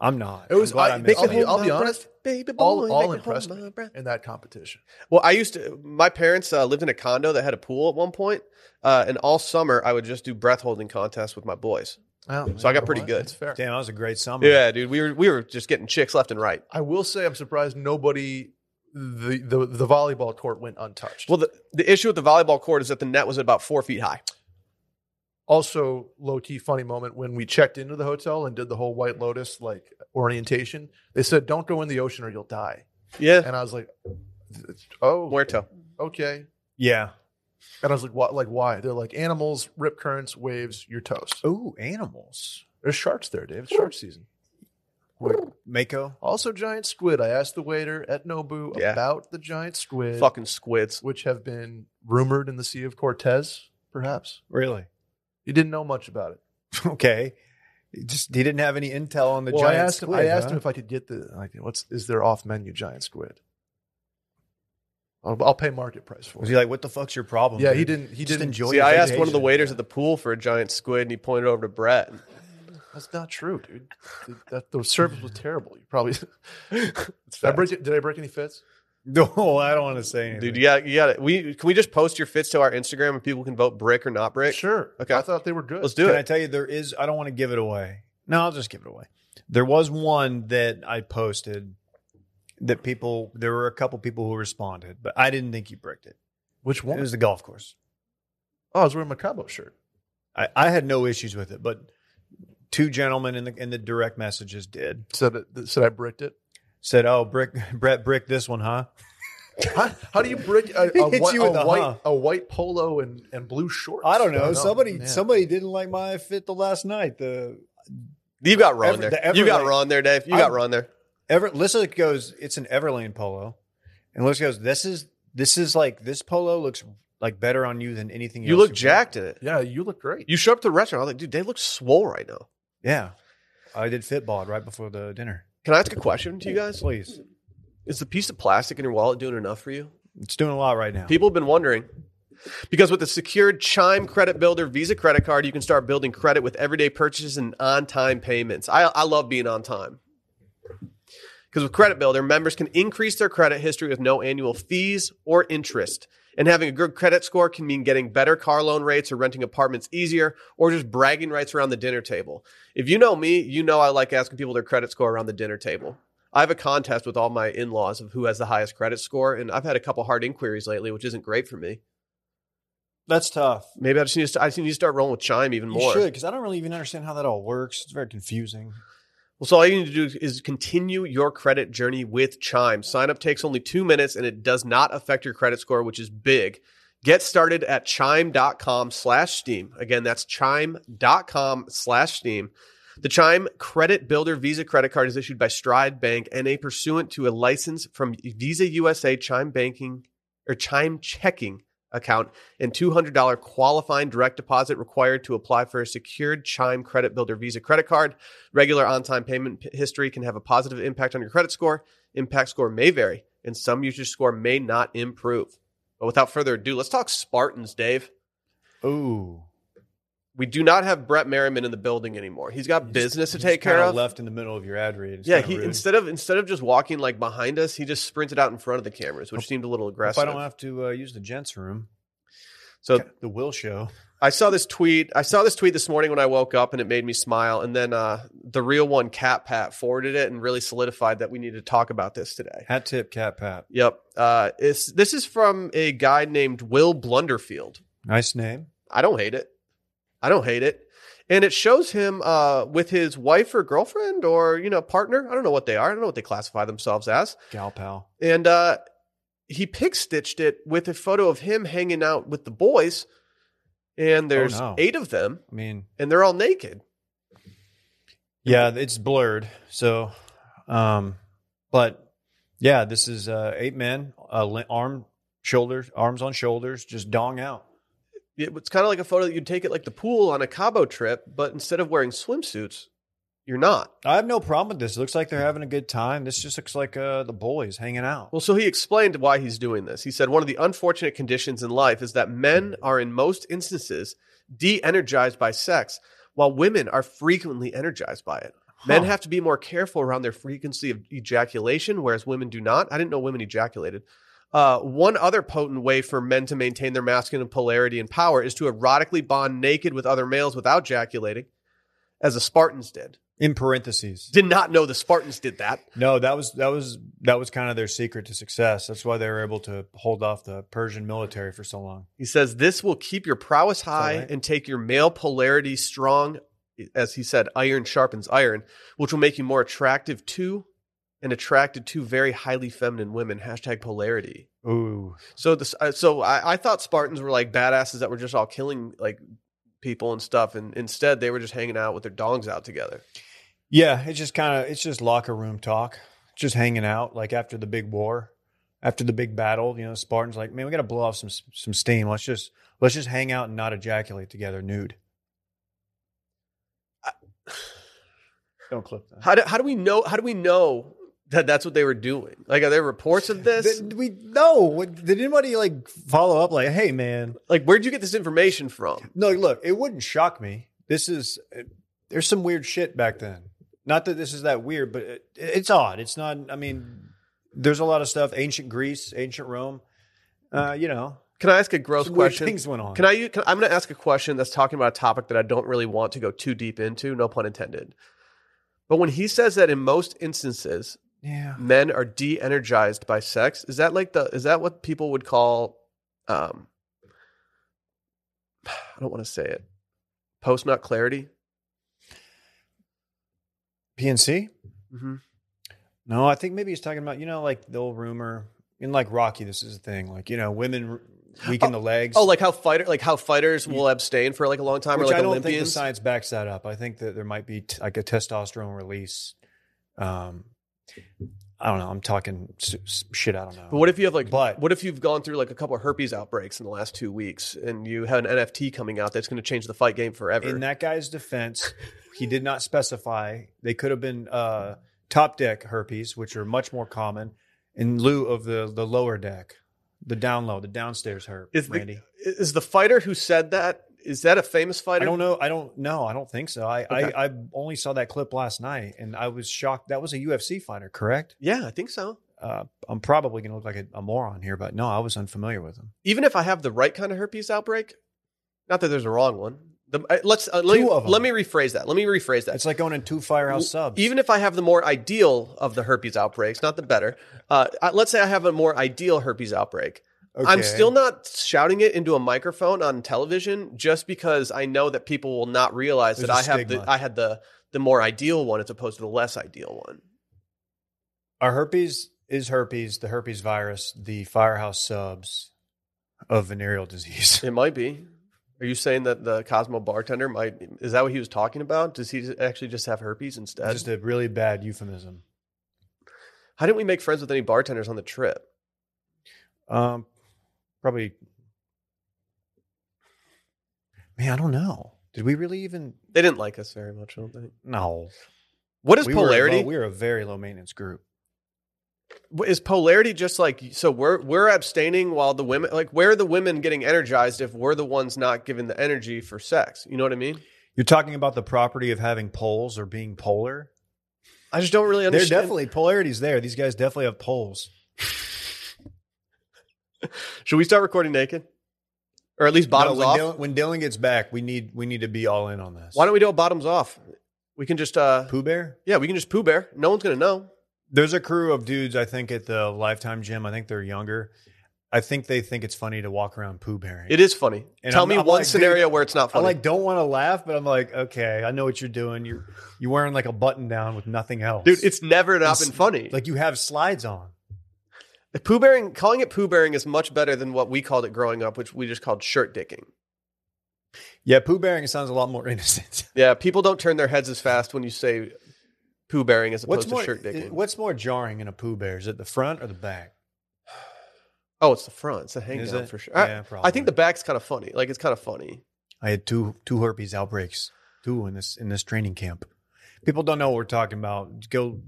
[SPEAKER 2] I'm not.
[SPEAKER 3] It was-
[SPEAKER 2] I'm glad
[SPEAKER 3] I-
[SPEAKER 2] missed
[SPEAKER 3] make it
[SPEAKER 2] that.
[SPEAKER 3] hold- I'll be honest,
[SPEAKER 1] baby
[SPEAKER 3] all-
[SPEAKER 1] boy,
[SPEAKER 3] all
[SPEAKER 1] make it
[SPEAKER 3] impressed
[SPEAKER 1] hold
[SPEAKER 3] me.
[SPEAKER 1] my breath.
[SPEAKER 3] in that competition.
[SPEAKER 1] Well, I used to. My parents uh, lived in a condo that had a pool at one point, uh, and all summer I would just do breath holding contests with my boys. So I got pretty good.
[SPEAKER 3] It's fair.
[SPEAKER 2] Damn, that was a great summer.
[SPEAKER 1] Yeah, dude, we were we were just getting chicks left and right.
[SPEAKER 3] I will say I'm surprised nobody the, the the volleyball court went untouched.
[SPEAKER 1] Well, the, the issue with the volleyball court is that the net was about four feet high.
[SPEAKER 3] also low key funny moment when we checked into the hotel and did the whole White Lotus like orientation. They said, "Don't go in the ocean or you'll die,"
[SPEAKER 1] Yeah,
[SPEAKER 3] and I was like, "Oh,
[SPEAKER 1] Muerto.
[SPEAKER 3] okay."
[SPEAKER 2] Yeah.
[SPEAKER 3] And I was like, "What? Like why?" They're like, "Animals, rip currents, waves, you're toast."
[SPEAKER 2] Ooh, animals.
[SPEAKER 3] There's sharks there, Dave. It's shark season.
[SPEAKER 2] Mako.
[SPEAKER 3] Also, giant squid. I asked the waiter at Nobu
[SPEAKER 1] Yeah.
[SPEAKER 3] about the giant squid,
[SPEAKER 1] Fucking squids.
[SPEAKER 3] which have been rumored in the Sea of Cortez, perhaps.
[SPEAKER 2] Really?
[SPEAKER 3] He didn't know much about it.
[SPEAKER 2] Okay. He Just he didn't have any intel on the
[SPEAKER 3] well, I
[SPEAKER 2] giant
[SPEAKER 3] asked
[SPEAKER 2] squid,
[SPEAKER 3] him. I asked
[SPEAKER 2] huh?
[SPEAKER 3] him if I could get the like. What's is there off menu giant squid? I'll, I'll pay market price for
[SPEAKER 2] Was
[SPEAKER 3] it.
[SPEAKER 2] he like, "What the fuck's your problem?"
[SPEAKER 3] yeah,
[SPEAKER 2] dude?
[SPEAKER 3] he didn't. He
[SPEAKER 2] Just
[SPEAKER 3] didn't
[SPEAKER 2] enjoy
[SPEAKER 1] See,
[SPEAKER 2] your
[SPEAKER 1] I asked one of the
[SPEAKER 2] vacation.
[SPEAKER 1] waiters at the pool for a giant squid, and he pointed over to Brett.
[SPEAKER 3] That's not true, dude. The- that the service was terrible. You probably did, I
[SPEAKER 1] fact.
[SPEAKER 3] break, did I break any fits?
[SPEAKER 2] No, I don't want to say anything.
[SPEAKER 1] Dude, you got, you got it. We can we just post your fits to our Instagram and people can vote brick or not brick.
[SPEAKER 3] Sure.
[SPEAKER 1] Okay.
[SPEAKER 3] I thought they were good.
[SPEAKER 1] Let's do
[SPEAKER 2] Can I
[SPEAKER 1] it.
[SPEAKER 2] tell you there is? I don't want to give it away. No, I'll just give it away. There was one that I posted that people. There were a couple people who responded, but I didn't think you bricked it.
[SPEAKER 3] Which
[SPEAKER 2] It
[SPEAKER 3] one?
[SPEAKER 2] was the golf course.
[SPEAKER 3] oh, I was wearing my Cabo shirt.
[SPEAKER 2] I, I had no issues with it, but two gentlemen in the in the direct messages did
[SPEAKER 3] Said it- said I bricked it.
[SPEAKER 2] said, "Oh, brick Brett brick this one, huh?"
[SPEAKER 3] How, how do you brick a,
[SPEAKER 2] He
[SPEAKER 3] a,
[SPEAKER 2] hits
[SPEAKER 3] white,
[SPEAKER 2] you with
[SPEAKER 3] a,
[SPEAKER 2] a
[SPEAKER 3] white,
[SPEAKER 2] huh.
[SPEAKER 3] a white polo and, and blue shorts?
[SPEAKER 2] I don't know. somebody
[SPEAKER 3] Man.
[SPEAKER 2] somebody didn't like my fit the last night. The
[SPEAKER 1] You got Ron there.
[SPEAKER 2] Ever- the
[SPEAKER 1] you got
[SPEAKER 2] Everlane.
[SPEAKER 1] Ron there, Dave. You got
[SPEAKER 2] I'm-
[SPEAKER 1] Ron there.
[SPEAKER 2] Ever Lissa goes, it's an Everlane polo, and Lissa goes, this is this is like this polo looks like better on you than anything.
[SPEAKER 1] You
[SPEAKER 2] else
[SPEAKER 1] look
[SPEAKER 2] you've
[SPEAKER 1] jacked in it.
[SPEAKER 3] Yeah, you look great.
[SPEAKER 1] You show up to the restaurant. I was like, dude, they look swole right now.
[SPEAKER 2] worn." Yeah, I did fit bod right before the dinner.
[SPEAKER 1] Can I ask a question to you guys?
[SPEAKER 2] Please,
[SPEAKER 1] Is the piece of plastic in your wallet doing enough for you?
[SPEAKER 2] it's doing a lot right now.
[SPEAKER 1] People have been wondering. Because with the secured Chime Credit Builder Visa credit card, you can start building credit with everyday purchases and on time payments. I, I love being on time. Because with Credit Builder, members can increase their credit history with no annual fees or interest. And having a good credit score can mean getting better car loan rates or renting apartments easier or just bragging rights around the dinner table. If you know me, you know I like asking people their credit score around the dinner table. I have a contest with all my in laws of who has the highest credit score, and I've had a couple hard inquiries lately, which isn't great for me.
[SPEAKER 2] That's tough.
[SPEAKER 1] Maybe I just need to, st- I just need to start rolling with Chime even
[SPEAKER 2] You
[SPEAKER 1] more.
[SPEAKER 2] should because I don't really even understand how that all works. It's very confusing.
[SPEAKER 1] Well, so all you need to do is continue your credit journey with Chime. Sign up takes only two minutes and it does not affect your credit score, which is big. Get started at chime.com slash steam. Again, that's chime.com slash steam. The Chime Credit Builder Visa credit card is issued by Stride Bank and a pursuant to a license from Visa USA Chime Banking or Chime Checking account and $200 qualifying direct deposit required to apply for a secured Chime Credit Builder Visa credit card. Regular on time payment p- history can have a positive impact on your credit score. Impact score may vary, and some users' score may not improve. But without further ado, let's talk Spartans, Dave.
[SPEAKER 2] Ooh,
[SPEAKER 1] We do not have Brett Merriman in the building anymore. He's got business to take care of.
[SPEAKER 2] Left in the middle of your ad read. It's
[SPEAKER 1] yeah,
[SPEAKER 2] kinda
[SPEAKER 1] he
[SPEAKER 2] rude.
[SPEAKER 1] instead of instead of just walking like behind us, he just sprinted out in front of the cameras, which seemed a little
[SPEAKER 2] If
[SPEAKER 1] aggressive.
[SPEAKER 2] I don't have to uh, use the gents room,
[SPEAKER 1] so
[SPEAKER 2] the Will Show.
[SPEAKER 1] I saw this tweet. I saw this tweet this morning when I woke up, and it made me smile. And then uh, the real one, Cat Pat, forwarded it and really solidified that we need to talk about this today.
[SPEAKER 2] Hat tip, cat pat.
[SPEAKER 1] Yep. Uh, it's, this is from a guy named Will Blunderfield.
[SPEAKER 2] Nice name.
[SPEAKER 1] I don't hate it. I don't hate it. And it shows him uh, with his wife or girlfriend or you know partner. I don't know what they are. I don't know what they classify themselves as.
[SPEAKER 2] Gal pal.
[SPEAKER 1] And uh, he pig stitched it with a photo of him hanging out with the boys. And there's
[SPEAKER 2] no.
[SPEAKER 1] eight of them,
[SPEAKER 2] I mean,
[SPEAKER 1] and they're all naked.
[SPEAKER 2] yeah, it's blurred. So, um, but yeah, this is uh, eight men, uh, li- arm, shoulders, arms on shoulders, just dong out.
[SPEAKER 1] It- It's kind of like a photo that you'd take at like the pool on a Cabo trip, but instead of wearing swimsuits, you're not.
[SPEAKER 2] I have no problem with this. It looks like they're having a good time. This just looks like uh, the boys hanging out.
[SPEAKER 1] Well, so he explained why he's doing this. He said one of the unfortunate conditions in life is that men are, in most instances, de energized by sex, while women are frequently energized by it. Men
[SPEAKER 2] Huh.
[SPEAKER 1] have to be more careful around their frequency of ejaculation, whereas women do not. I didn't know women ejaculated. Uh, one other potent way for men to maintain their masculine polarity and power is to erotically bond naked with other males without ejaculating, as the Spartans did.
[SPEAKER 2] in parentheses.
[SPEAKER 1] Did not know the Spartans did that.
[SPEAKER 2] No, that was that was that was kind of their secret to success. That's why they were able to hold off the Persian military for so long.
[SPEAKER 1] He says this will keep your prowess high
[SPEAKER 2] right?
[SPEAKER 1] and take your male polarity strong. As he said, iron sharpens iron, which will make you more attractive to and attracted to very highly feminine women. Hashtag polarity.
[SPEAKER 2] Ooh,
[SPEAKER 1] So this, uh, so I, I thought Spartans were like badasses that were just all killing like people and stuff, and instead they were just hanging out with their dongs out together.
[SPEAKER 2] yeah. It's just kind of it's just locker room talk, just hanging out. Like after the big war, after the big battle, you know, Spartans like, man, we got to blow off some some steam. Let's just let's just hang out and not ejaculate together, nude. Don't clip that.
[SPEAKER 1] How do how do we know? How do we know that that's what they were doing? Like, are there reports of this?
[SPEAKER 2] Did we no? Did anybody like follow up? Like, hey, man,
[SPEAKER 1] like, where'd you get this information from?
[SPEAKER 2] No, look, it wouldn't shock me. This is uh, there's some weird shit back then. Not that this is that weird, but it, it's odd. It's not. I mean, there's a lot of stuff. Ancient Greece, ancient Rome. Uh, you know,
[SPEAKER 1] Can I ask a gross
[SPEAKER 2] some weird
[SPEAKER 1] question?
[SPEAKER 2] things went on.
[SPEAKER 1] Can I? u- Can, I'm going to ask a question that's talking about a topic that I don't really want to go too deep into. No pun intended. But when he says that in most instances
[SPEAKER 2] Yeah.
[SPEAKER 1] men are de-energized by sex, is that like the? Is that what people would call? Um, I don't want to say it. Post nut clarity.
[SPEAKER 2] PNC.
[SPEAKER 1] Mm-hmm.
[SPEAKER 2] No, I think maybe he's talking about you know like the old rumor in like Rocky. This is a thing. Like you know, women weaken the legs.
[SPEAKER 1] Oh, like how fighter, like how fighters will abstain for like a long time,
[SPEAKER 2] Which
[SPEAKER 1] or like
[SPEAKER 2] I don't think the
[SPEAKER 1] Olympians.
[SPEAKER 2] science backs that up. I think that there might be t- like a testosterone release. Um, I don't know. I'm talking s- s- shit. I don't know.
[SPEAKER 1] But what if you have like,
[SPEAKER 2] But-
[SPEAKER 1] what if you've gone through like a couple of herpes outbreaks in the last two weeks, and you have an NFT coming out that's going to change the fight game forever?
[SPEAKER 2] In that guy's defense, he did not specify. They could have been uh, top deck herpes, which are much more common, in lieu of the the lower deck, the down low, the downstairs herp.
[SPEAKER 1] Is
[SPEAKER 2] Randy,
[SPEAKER 1] the is the fighter who said that? Is that a famous fighter?
[SPEAKER 2] I don't know. I don't know. I don't think so. I,
[SPEAKER 1] Okay.
[SPEAKER 2] I I only saw that clip last night, and I was shocked. That was a UFC fighter, correct?
[SPEAKER 1] Yeah, I think so.
[SPEAKER 2] Uh, I'm probably going to look like a, a moron here, but no, I was unfamiliar with him.
[SPEAKER 1] Even if I have the right kind of herpes outbreak, not that there's a wrong one. The, uh, let's uh, let, me,
[SPEAKER 2] Two of 'em.
[SPEAKER 1] let me rephrase that. Let me rephrase that.
[SPEAKER 2] It's like owning two firehouse subs.
[SPEAKER 1] Even if I have the more ideal of the herpes outbreaks, not the better. Uh, I- let's say I have a more ideal herpes outbreak. I'm still not shouting it into a microphone on television just because I know that people will not realize
[SPEAKER 2] There's
[SPEAKER 1] that
[SPEAKER 2] a
[SPEAKER 1] I have
[SPEAKER 2] stigma.
[SPEAKER 1] the I had the the more ideal one as opposed to the less ideal one.
[SPEAKER 2] Our herpes is herpes, the herpes virus, the firehouse subs of venereal disease.
[SPEAKER 1] It might be. Are you saying that the Cosmo bartender might? Is that what he was talking about? Does he actually just have herpes instead?
[SPEAKER 2] Just a really bad euphemism.
[SPEAKER 1] How didn't we make friends with any bartenders on the trip?
[SPEAKER 2] Um, probably. Man, I don't know. Did we really even?
[SPEAKER 1] They didn't like us very much. I don't think.
[SPEAKER 2] No.
[SPEAKER 1] What is
[SPEAKER 2] we Were,
[SPEAKER 1] polarity?
[SPEAKER 2] low- we were a very low maintenance group.
[SPEAKER 1] w- is polarity just like so we're we're abstaining while the women like where are the women getting energized if we're the ones not given the energy for sex? You know what I mean?
[SPEAKER 2] You're talking about the property of having poles or being polar.
[SPEAKER 1] I just don't really
[SPEAKER 2] There
[SPEAKER 1] understand.
[SPEAKER 2] definitely polarities there. These guys definitely have poles.
[SPEAKER 1] Should we start recording naked, or at least bottoms
[SPEAKER 2] No, when
[SPEAKER 1] off?
[SPEAKER 2] Dylan, when Dylan gets back, we need we need to be all in on this.
[SPEAKER 1] Why don't we do a bottoms off? We can just uh
[SPEAKER 2] Pooh Bear?
[SPEAKER 1] yeah, we can just poo bear. No one's gonna know.
[SPEAKER 2] There's a crew of dudes, I think, at the Lifetime Gym. I think they're younger. I think they think it's funny to walk around poo bearing.
[SPEAKER 1] It is funny.
[SPEAKER 2] And
[SPEAKER 1] Tell
[SPEAKER 2] I'm-
[SPEAKER 1] me
[SPEAKER 2] I'm
[SPEAKER 1] one
[SPEAKER 2] like, dude,
[SPEAKER 1] scenario where it's not
[SPEAKER 2] I
[SPEAKER 1] funny.
[SPEAKER 2] like don't want to laugh, but I'm like, okay, I know what you're doing. You're you're wearing like a button down with nothing else.
[SPEAKER 1] Dude, it's never not
[SPEAKER 2] It's
[SPEAKER 1] been funny. Like
[SPEAKER 2] like you have slides on.
[SPEAKER 1] poo bearing, calling it poo bearing is much better than what we called it growing up, which we just called shirt dicking.
[SPEAKER 2] Yeah, poo bearing sounds a lot more innocent.
[SPEAKER 1] Yeah, people don't turn their heads as fast when you say poo bearing as opposed
[SPEAKER 2] What's more
[SPEAKER 1] to shirt dicking.
[SPEAKER 2] what's more jarring in a poo bear? Is it the front or the back?
[SPEAKER 1] oh, it's the front. It's the hang
[SPEAKER 2] Is
[SPEAKER 1] down
[SPEAKER 2] it?
[SPEAKER 1] for sure.
[SPEAKER 2] Yeah,
[SPEAKER 1] I, I
[SPEAKER 2] probably.
[SPEAKER 1] think the back's kind of funny. Like it's kind of funny.
[SPEAKER 2] I had two two herpes outbreaks, two in this in this training camp. People don't know what we're talking about. Go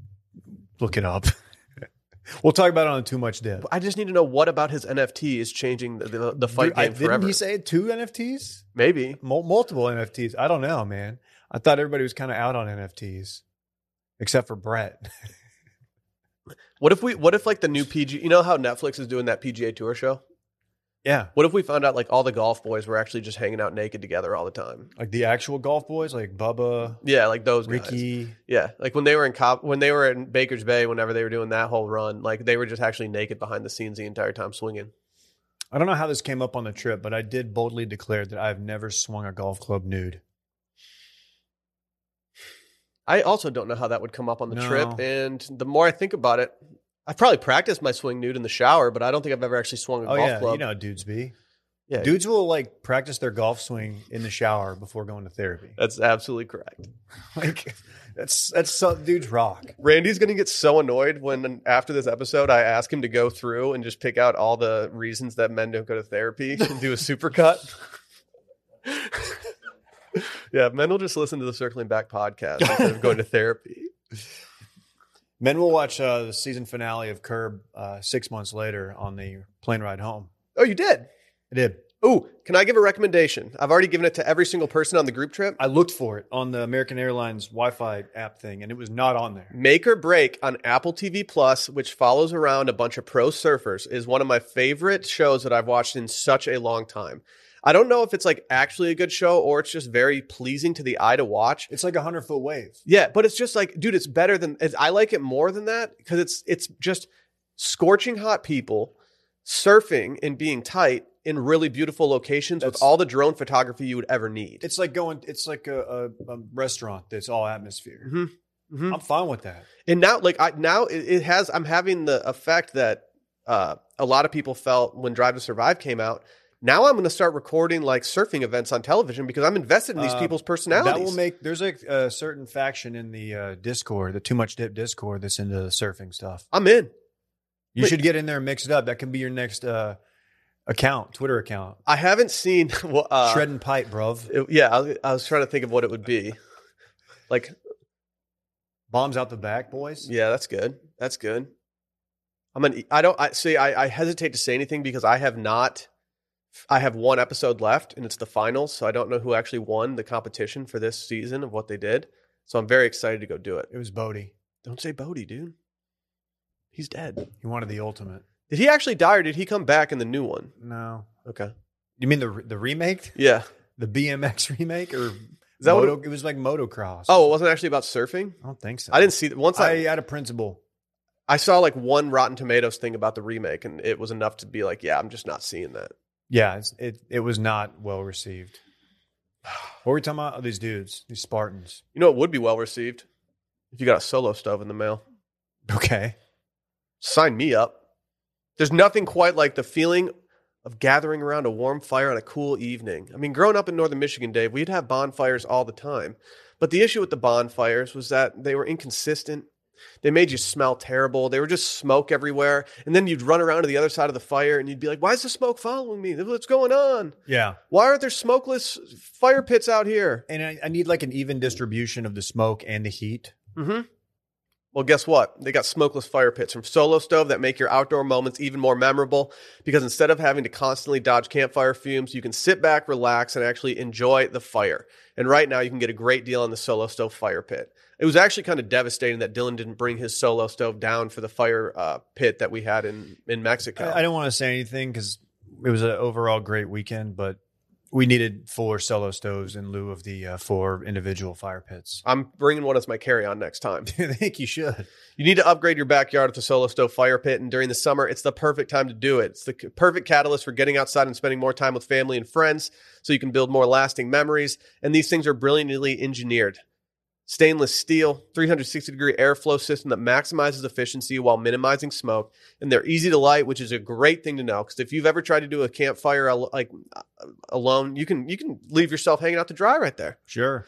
[SPEAKER 2] look it up. we'll talk about it on Too Much Dip.
[SPEAKER 1] But I just need to know what about his NFT is changing the, the, the fight
[SPEAKER 2] Dude, I,
[SPEAKER 1] game
[SPEAKER 2] Didn't
[SPEAKER 1] forever.
[SPEAKER 2] he say two NFTs?
[SPEAKER 1] Maybe.
[SPEAKER 2] Mul- multiple NFTs. I don't know, man. I thought everybody was kind of out on NFTs, except for Brett.
[SPEAKER 1] What if we? What if like the new PG? You know how Netflix is doing that PGA Tour show?
[SPEAKER 2] yeah,
[SPEAKER 1] What if we found out like all the golf boys were actually just hanging out naked together all the time?
[SPEAKER 2] like the actual golf boys, like Bubba,
[SPEAKER 1] Yeah, like those guys.
[SPEAKER 2] Ricky.
[SPEAKER 1] Yeah, like when they were in cop when they were in Baker's Bay, whenever they were doing that whole run, like they were just actually naked behind the scenes the entire time swinging.
[SPEAKER 2] I don't know how this came up on the trip, but I did boldly declare that I've never swung a golf club nude.
[SPEAKER 1] I also don't know how that would come up on the
[SPEAKER 2] No.
[SPEAKER 1] trip, and the more I think about it, I probably practiced my swing nude in the shower, but I don't think I've ever actually swung a
[SPEAKER 2] Oh
[SPEAKER 1] golf
[SPEAKER 2] yeah,
[SPEAKER 1] club.
[SPEAKER 2] you know how dudes be.
[SPEAKER 1] yeah,
[SPEAKER 2] Dudes will like practice their golf swing in the shower before going to therapy.
[SPEAKER 1] that's absolutely correct.
[SPEAKER 2] Like that's that's so, dudes rock.
[SPEAKER 1] Randy's gonna get so annoyed when after this episode I ask him to go through and just pick out all the reasons that men don't go to therapy and do a supercut. yeah, men will just listen to the Circling Back podcast instead of going to therapy.
[SPEAKER 2] Men will watch uh, the season finale of Curb uh, six months later on the plane ride home.
[SPEAKER 1] Oh, you did.
[SPEAKER 2] I did.
[SPEAKER 1] Ooh, can I give a recommendation? I've already given it to every single person on the group trip.
[SPEAKER 2] I looked for it on the American Airlines Wi-Fi app thing, and it was not on there.
[SPEAKER 1] Make or Break on Apple TV Plus, which follows around a bunch of pro surfers, is one of my favorite shows that I've watched in such a long time. I don't know if it's like actually a good show or it's just very pleasing to the eye to watch.
[SPEAKER 2] It's like a hundred foot wave.
[SPEAKER 1] Yeah, but it's just like, dude, it's better than it's- I like it more than that because it's it's just scorching hot people surfing and being tight in really beautiful locations with
[SPEAKER 2] That's-
[SPEAKER 1] all the drone photography you would ever need.
[SPEAKER 2] It's like going. It's like a, a, a restaurant that's all atmosphere.
[SPEAKER 1] Mhm. Mhm.
[SPEAKER 2] I'm fine with that.
[SPEAKER 1] and now like i now it, it has i'm having the effect that uh a lot of people felt when drive to survive came out now i'm going to start recording like surfing events on television because i'm invested in these
[SPEAKER 2] Uh,
[SPEAKER 1] people's personalities
[SPEAKER 2] That will make there's a, a certain faction in the uh, Discord, the Too Much Dip Discord, that's into the surfing stuff.
[SPEAKER 1] i'm in
[SPEAKER 2] You
[SPEAKER 1] Wait.
[SPEAKER 2] should get in there and mix it up. That can be your next uh, account, Twitter account.
[SPEAKER 1] i haven't seen well, uh,
[SPEAKER 2] Shredding pipe, bruv.
[SPEAKER 1] it- yeah I, was- I was trying to think of what it would be like
[SPEAKER 2] Bombs out the back, boys.
[SPEAKER 1] yeah that's good that's good i'm an e, i don't i see i, I hesitate to say anything because i have not I have one episode left and it's the finals, so I don't know who actually won the competition for this season of what they did. So I'm very excited to go do it.
[SPEAKER 2] It was Bodie.
[SPEAKER 1] Don't say Bodie, dude. He's dead.
[SPEAKER 2] He wanted the ultimate.
[SPEAKER 1] Did he actually die or did he come back in the new one?
[SPEAKER 2] No.
[SPEAKER 1] Okay.
[SPEAKER 2] You mean the the remake,
[SPEAKER 1] Yeah.
[SPEAKER 2] the BMX remake, or
[SPEAKER 1] Is that what
[SPEAKER 2] moto,
[SPEAKER 1] it,
[SPEAKER 2] it was like motocross?
[SPEAKER 1] Oh, it wasn't actually about surfing?
[SPEAKER 2] I don't think so.
[SPEAKER 1] I didn't see that. Once
[SPEAKER 2] I uh,
[SPEAKER 1] I,
[SPEAKER 2] had a principle.
[SPEAKER 1] I saw like one Rotten Tomatoes thing about the remake and it was enough to be like, yeah, I'm just not seeing that.
[SPEAKER 2] Yeah, it's, it it was not well received. What were we talking about? Oh, these dudes, these Spartans.
[SPEAKER 1] You know, it would be well received if you got a solo stove in the mail.
[SPEAKER 2] Okay.
[SPEAKER 1] Sign me up. There's nothing quite like the feeling of gathering around a warm fire on a cool evening. I mean, growing up in northern Michigan, Dave, we'd have bonfires all the time. But the issue with the bonfires was that they were inconsistent. They made you smell terrible. They were just smoke everywhere. And then you'd run around to the other side of the fire and you'd be like, why is the smoke following me? What's going on?
[SPEAKER 2] Yeah,
[SPEAKER 1] Why aren't there smokeless fire pits out here?
[SPEAKER 2] and I, I need like an even distribution of the smoke and the heat.
[SPEAKER 1] Mm-hmm. Well, guess what? They got smokeless fire pits from Solo Stove that make your outdoor moments even more memorable because instead of having to constantly dodge campfire fumes, you can sit back, relax, and actually enjoy the fire. And right now, you can get a great deal on the Solo Stove fire pit. It was actually kind of devastating that Dylan didn't bring his Solo Stove down for the fire uh, pit that we had in, in Mexico.
[SPEAKER 2] I, I don't want to say anything because it was an overall great weekend, but we needed four solo stoves in lieu of the uh, four individual fire pits.
[SPEAKER 1] I'm bringing one as my carry on next time.
[SPEAKER 2] I think you should.
[SPEAKER 1] You need to upgrade your backyard with a Solo Stove fire pit, and during the summer, it's the perfect time to do it. It's the c- perfect catalyst for getting outside and spending more time with family and friends so you can build more lasting memories. And these things are brilliantly engineered. Stainless steel, 360 degree airflow system that maximizes efficiency while minimizing smoke. And they're easy to light, which is a great thing to know. Because if you've ever tried to do a campfire al- like uh, alone, you can you can leave yourself hanging out to dry right there.
[SPEAKER 2] Sure.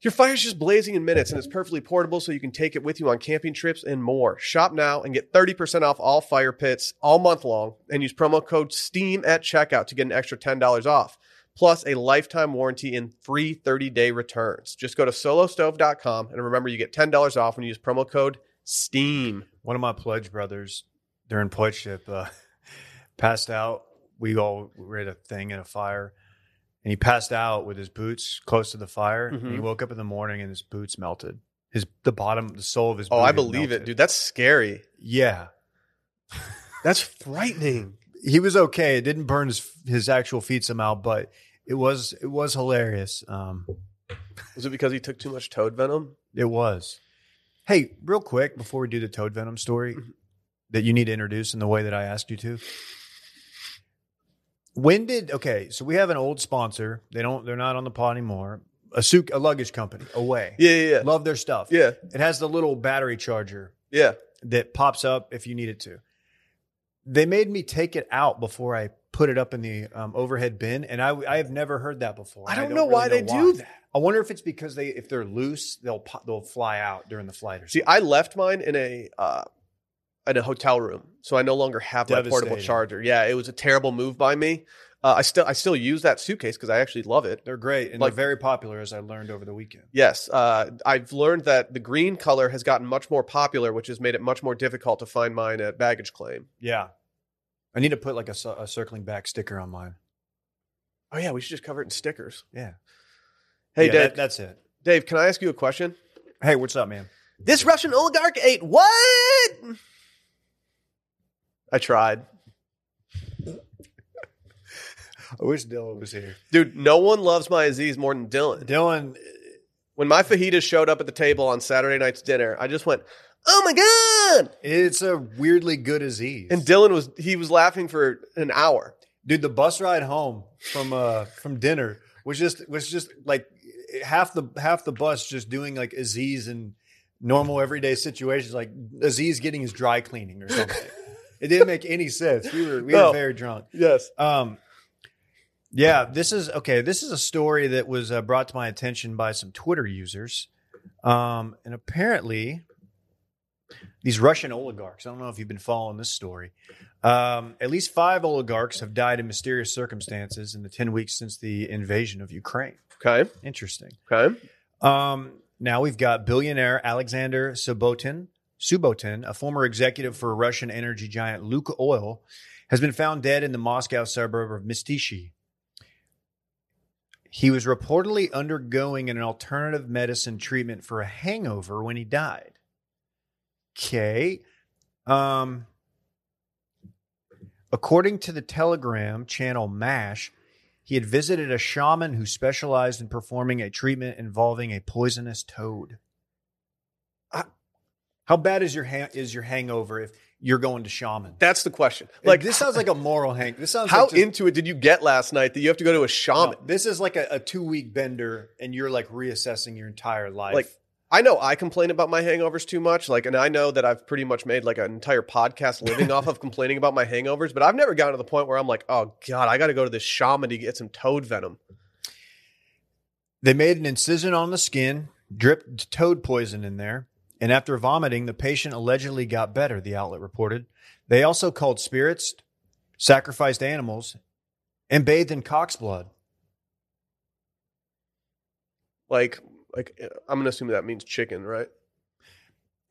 [SPEAKER 1] Your fire's just blazing in minutes and it's perfectly portable so you can take it with you on camping trips and more. Shop now and get 30% off all fire pits all month long and use promo code STEAM at checkout to get an extra $10 off, plus a lifetime warranty and free 30 day returns. Just go to solostove.com and remember you get $10 off when you use promo code STEAM.
[SPEAKER 2] One of my pledge brothers during pledge ship uh, passed out. We all were at a thing in a fire, and he passed out with his boots close to the fire. And he
[SPEAKER 1] Mhm.
[SPEAKER 2] woke up in the morning, and his boots melted. His the bottom, the sole of his.
[SPEAKER 1] Oh,
[SPEAKER 2] boot
[SPEAKER 1] I
[SPEAKER 2] had
[SPEAKER 1] believe it,
[SPEAKER 2] melted.
[SPEAKER 1] dude. That's scary.
[SPEAKER 2] Yeah,
[SPEAKER 1] That's frightening.
[SPEAKER 2] he was okay. It didn't burn his his actual feet somehow, but it was it was hilarious. Um,
[SPEAKER 1] Was it because he took too much toad venom?
[SPEAKER 2] It was. Hey, real quick before we do the toad venom story
[SPEAKER 1] Mm-hmm.
[SPEAKER 2] that you need to introduce in the way that I asked you to. When did okay? So we have an old sponsor. They don't. They're not on the pod anymore. A suit, a luggage company. Away.
[SPEAKER 1] Yeah, yeah,
[SPEAKER 2] Love their stuff.
[SPEAKER 1] yeah. Yeah,
[SPEAKER 2] It has the little battery charger
[SPEAKER 1] yeah.
[SPEAKER 2] that pops up if you need it to. They made me take it out before I put it up in the um, overhead bin, and I I have never heard that before.
[SPEAKER 1] I
[SPEAKER 2] and
[SPEAKER 1] don't know why they do that.
[SPEAKER 2] I wonder if it's because they if they're loose, they'll po- they'll fly out during the flight or
[SPEAKER 1] See,
[SPEAKER 2] something.
[SPEAKER 1] I left mine in a uh, in a hotel room, so I no longer have my portable
[SPEAKER 2] Devastating.
[SPEAKER 1] charger. Yeah, it was a terrible move by me. Uh, I still I still use that suitcase because I actually love it.
[SPEAKER 2] They're great and
[SPEAKER 1] Like-
[SPEAKER 2] they're very popular, as I learned over the weekend.
[SPEAKER 1] Yes, uh, I've learned that the green color has gotten much more popular, which has made it much more difficult to find mine at baggage claim.
[SPEAKER 2] Yeah, I need to put like a, cir- a circling back sticker on mine.
[SPEAKER 1] Oh yeah, we should just cover it in stickers.
[SPEAKER 2] Yeah.
[SPEAKER 1] Hey
[SPEAKER 2] Yeah,
[SPEAKER 1] Dave,
[SPEAKER 2] that- that's it.
[SPEAKER 1] Dave, can I ask you a question?
[SPEAKER 2] Hey, what's up, man?
[SPEAKER 1] This Russian oligarch ate what? I tried.
[SPEAKER 2] I wish Dylan was here.
[SPEAKER 1] Dude, no one loves my Aziz more than Dylan.
[SPEAKER 2] Dylan,
[SPEAKER 1] when my fajitas showed up at the table on Saturday night's dinner, I just went, "Oh my god!"
[SPEAKER 2] it's a weirdly good disease.
[SPEAKER 1] And Dylan was he was laughing for an hour.
[SPEAKER 2] dude the bus ride home from uh from dinner was just was just like half the half the bus just doing like aziz and normal everyday situations like aziz getting his dry cleaning or something it didn't make any sense we were we
[SPEAKER 1] No.
[SPEAKER 2] were very drunk
[SPEAKER 1] Yes.
[SPEAKER 2] um yeah this is okay this is a story that was uh, brought to my attention by some twitter users um and apparently these Russian oligarchs. I don't know if you've been following this story. Um, at least five oligarchs have died in mysterious circumstances in the 10 weeks since the invasion of Ukraine.
[SPEAKER 1] Okay.
[SPEAKER 2] Interesting.
[SPEAKER 1] Okay.
[SPEAKER 2] Um, now we've got billionaire Alexander Subotin. Subotin, a former executive for Russian energy giant Luke Oil, has been found dead in the Moscow suburb of Mistishi. He was reportedly undergoing an alternative medicine treatment for a hangover when he died. Okay. Um, according to the Telegram channel MASH, he had visited a shaman who specialized in performing a treatment involving a poisonous toad. Uh,
[SPEAKER 1] I-
[SPEAKER 2] How bad is your ha- is your hangover if you're going to shaman?
[SPEAKER 1] That's the question.
[SPEAKER 2] Like
[SPEAKER 1] Like
[SPEAKER 2] this sounds like a moral hang. This sounds
[SPEAKER 1] how
[SPEAKER 2] like just-
[SPEAKER 1] into it did you get last night that you have to go to a shaman?
[SPEAKER 2] No, this is like a, a two week bender, and you're like reassessing your entire life.
[SPEAKER 1] Like, I know I complain about my hangovers too much, like, and I know that I've pretty much made like an entire podcast living off of complaining about my hangovers. But I've never gotten to the point where I'm like, "Oh God, I got to go to this shaman to get some toad venom."
[SPEAKER 2] They made an incision on the skin, dripped toad poison in there, and after vomiting, the patient allegedly got better, the outlet reported. They also called spirits, sacrificed animals, and bathed in cock's blood.
[SPEAKER 1] Like, like I'm gonna assume that means chicken, right?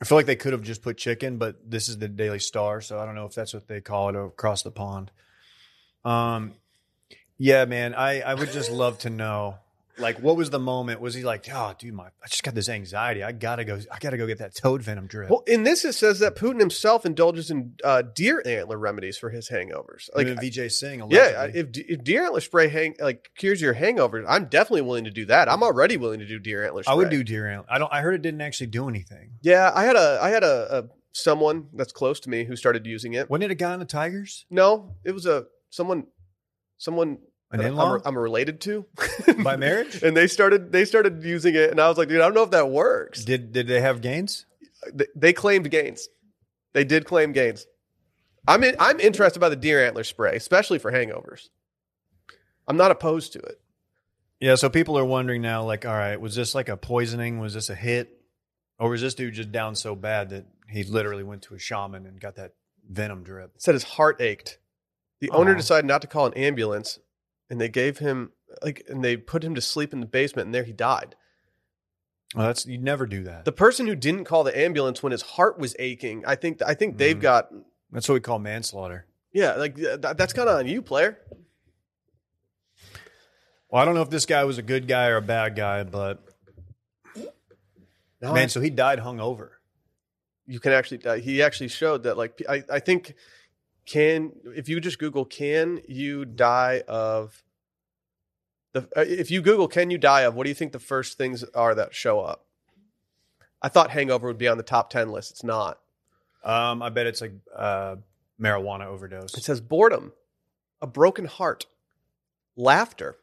[SPEAKER 2] I feel like they could have just put chicken, but this is the Daily Star, so I don't know if that's what they call it across the pond. Um, yeah, man, I I would just love to know, like, what was the moment? Was he like, oh, dude, my I just got this anxiety. I gotta go. I gotta go get that toad venom drip.
[SPEAKER 1] Well, in this, it says that Putin himself indulges in uh, deer antler remedies for his hangovers. Like,
[SPEAKER 2] Like VJ Singh,
[SPEAKER 1] yeah,
[SPEAKER 2] allegedly.
[SPEAKER 1] if, d- if deer antler spray hang like cures your hangovers, I'm definitely willing to do that. I'm already willing to do deer antler. Spray.
[SPEAKER 2] I would do deer antler. I don't. I heard it didn't actually do anything.
[SPEAKER 1] Yeah, I had a I had a, a someone that's close to me who started using it.
[SPEAKER 2] Wasn't it a guy in the Tigers?
[SPEAKER 1] No, it was a someone someone
[SPEAKER 2] An
[SPEAKER 1] that I'm-
[SPEAKER 2] in-law
[SPEAKER 1] I'm, related to
[SPEAKER 2] by marriage?
[SPEAKER 1] and they started they started using it, and I was like, dude, I don't know if that works.
[SPEAKER 2] Did did they have gains?
[SPEAKER 1] They, they claimed gains. They did claim gains. I'm in, I'm interested by the deer antler spray, especially for hangovers. I'm not opposed to it.
[SPEAKER 2] Yeah. So people are wondering now, like, all right, was this like a poisoning? Was this a hit, or was this dude just down so bad that he literally went to a shaman and got that venom drip?
[SPEAKER 1] It said his heart ached. The owner
[SPEAKER 2] Aw.
[SPEAKER 1] decided not to call an ambulance, and they gave him like and they put him to sleep in the basement, and there he died.
[SPEAKER 2] Well, that's you'd never do that.
[SPEAKER 1] The person who didn't call the ambulance when his heart was aching, I think I think they've
[SPEAKER 2] Mhm.
[SPEAKER 1] got
[SPEAKER 2] that's what we call manslaughter.
[SPEAKER 1] yeah, like th- that's kind of on you, player.
[SPEAKER 2] Well, I don't know if this guy was a good guy or a bad guy, but
[SPEAKER 1] No,
[SPEAKER 2] man, so he died hungover.
[SPEAKER 1] you can actually uh, he actually showed that like I I think can if you just Google can you die of the uh, if you Google can you die of what do you think the first things are that show up? I thought hangover would be on the top ten list. It's not.
[SPEAKER 2] Um, I bet it's like uh, marijuana overdose.
[SPEAKER 1] It says boredom, a broken heart, laughter,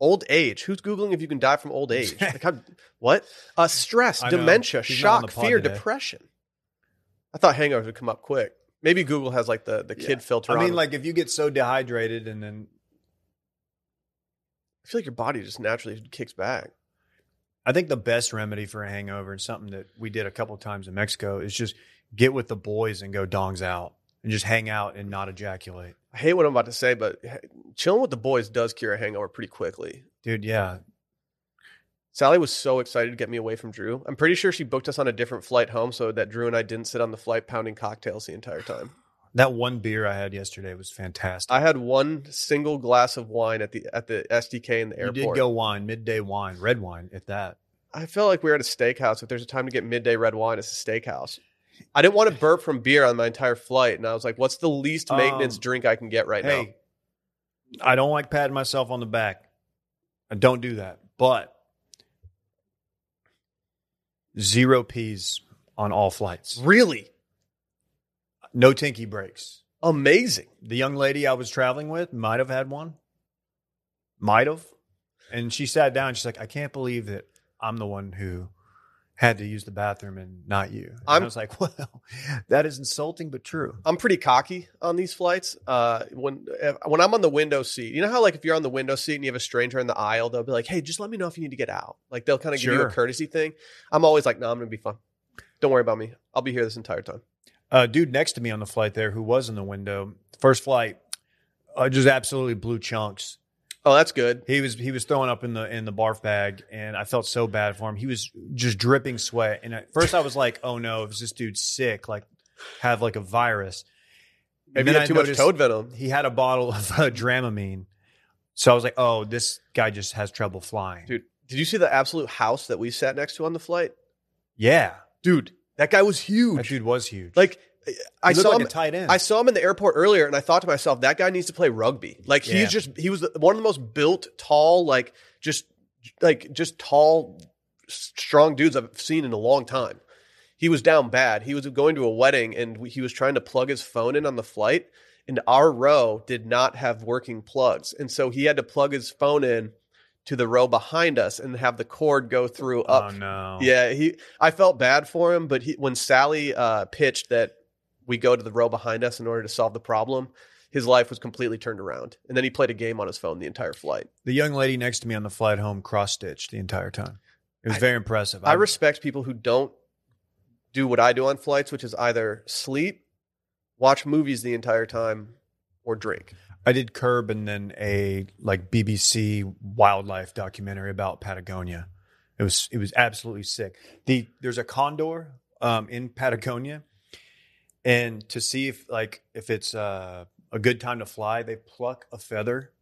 [SPEAKER 1] old age. Who's googling if you can die from old age? like how, what? Uh, stress,
[SPEAKER 2] I know.
[SPEAKER 1] dementia,
[SPEAKER 2] He's not on
[SPEAKER 1] shock,
[SPEAKER 2] the pod
[SPEAKER 1] fear,
[SPEAKER 2] today.
[SPEAKER 1] depression. I thought hangovers would come up quick. Maybe Google has like the the kid filter.
[SPEAKER 2] I
[SPEAKER 1] on.
[SPEAKER 2] mean, like if you get so dehydrated and then
[SPEAKER 1] I feel like your body just naturally kicks back.
[SPEAKER 2] I think the best remedy for a hangover and something that we did a couple times in Mexico is just get with the boys and go dongs out and just hang out and not ejaculate.
[SPEAKER 1] I hate what I'm about to say, but he- chilling with the boys does cure a hangover pretty quickly.
[SPEAKER 2] Dude, yeah.
[SPEAKER 1] Sally was so excited to get me away from Drew. I'm pretty sure she booked us on a different flight home so that Drew and I didn't sit on the flight pounding cocktails the entire time.
[SPEAKER 2] That one beer I had yesterday was fantastic.
[SPEAKER 1] I had one single glass of wine at the at the SDK in the
[SPEAKER 2] you
[SPEAKER 1] airport.
[SPEAKER 2] did go wine, midday wine, red wine at that.
[SPEAKER 1] I felt like we were at a steakhouse. If there's a time to get midday red wine, it's a steakhouse. I didn't want to burp from beer on my entire flight, and I was like, "What's the least maintenance
[SPEAKER 2] Um,
[SPEAKER 1] drink I can get right now?"
[SPEAKER 2] hey, I don't like patting myself on the back. I don't do that. But zero P's on all flights.
[SPEAKER 1] Really
[SPEAKER 2] No tinky breaks.
[SPEAKER 1] amazing.
[SPEAKER 2] the young lady I was traveling with might have had one. Might have. And she sat down. She's like, I can't believe that I'm the one who had to use the bathroom and not you. And i
[SPEAKER 1] I'm-
[SPEAKER 2] was like, well, that is insulting, but true.
[SPEAKER 1] I'm pretty cocky on these flights. Uh, when if, when I'm on the window seat, you know how like if you're on the window seat and you have a stranger in the aisle, they'll be like, "Hey, just let me know if you need to get out." Like they'll kind of give you
[SPEAKER 2] Sure.
[SPEAKER 1] a courtesy thing. I'm always like, "No, I'm gonna be fine. Don't worry about me. I'll be here this entire time."
[SPEAKER 2] Uh, dude next to me on the flight there who was in the window, first flight, uh, just absolutely blue chunks.
[SPEAKER 1] Oh, that's good.
[SPEAKER 2] He was he was throwing up in the in the barf bag, and I felt so bad for him. He was just dripping sweat, and at first I was like, "Oh no, is this dude sick? Like, have like a virus?" And
[SPEAKER 1] Maybe you had
[SPEAKER 2] then I
[SPEAKER 1] too much
[SPEAKER 2] noticed-
[SPEAKER 1] toad venom.
[SPEAKER 2] he had a bottle of uh, Dramamine. So I was like, oh, this guy just has trouble flying.
[SPEAKER 1] Dude, did you see the absolute house that we sat next to on the flight?
[SPEAKER 2] Yeah.
[SPEAKER 1] Dude, that guy was
[SPEAKER 2] That
[SPEAKER 1] huge.
[SPEAKER 2] dude was huge.
[SPEAKER 1] Like I
[SPEAKER 2] He looked
[SPEAKER 1] saw
[SPEAKER 2] like
[SPEAKER 1] him
[SPEAKER 2] a tight end.
[SPEAKER 1] I saw him in the airport earlier and I thought to myself, that guy needs to play rugby. Like
[SPEAKER 2] Yeah.
[SPEAKER 1] he's just he was the- one of the most built, tall, like just like just tall s- strong dudes I've seen in a long time. He was down bad. He was going to a wedding and we- he was trying to plug his phone in on the flight and our row did not have working plugs. And so he had to plug his phone in to the row behind us and have the cord go through up
[SPEAKER 2] oh, no.
[SPEAKER 1] yeah, he. I felt bad for him, but he, when Sally uh, pitched that we go to the row behind us in order to solve the problem, his life was completely turned around. And then he played a game on his phone the entire flight.
[SPEAKER 2] The young lady next to me on the flight home cross stitched the entire time. It was
[SPEAKER 1] I-
[SPEAKER 2] very impressive.
[SPEAKER 1] I respect people who don't do what I do on flights, which is either sleep, watch movies the entire time, or drink.
[SPEAKER 2] I did Curb and then a like BBC wildlife documentary about Patagonia. It was it was absolutely sick. The there's a condor um, in Patagonia, and to see if like if it's uh, a good time to fly, they pluck a feather,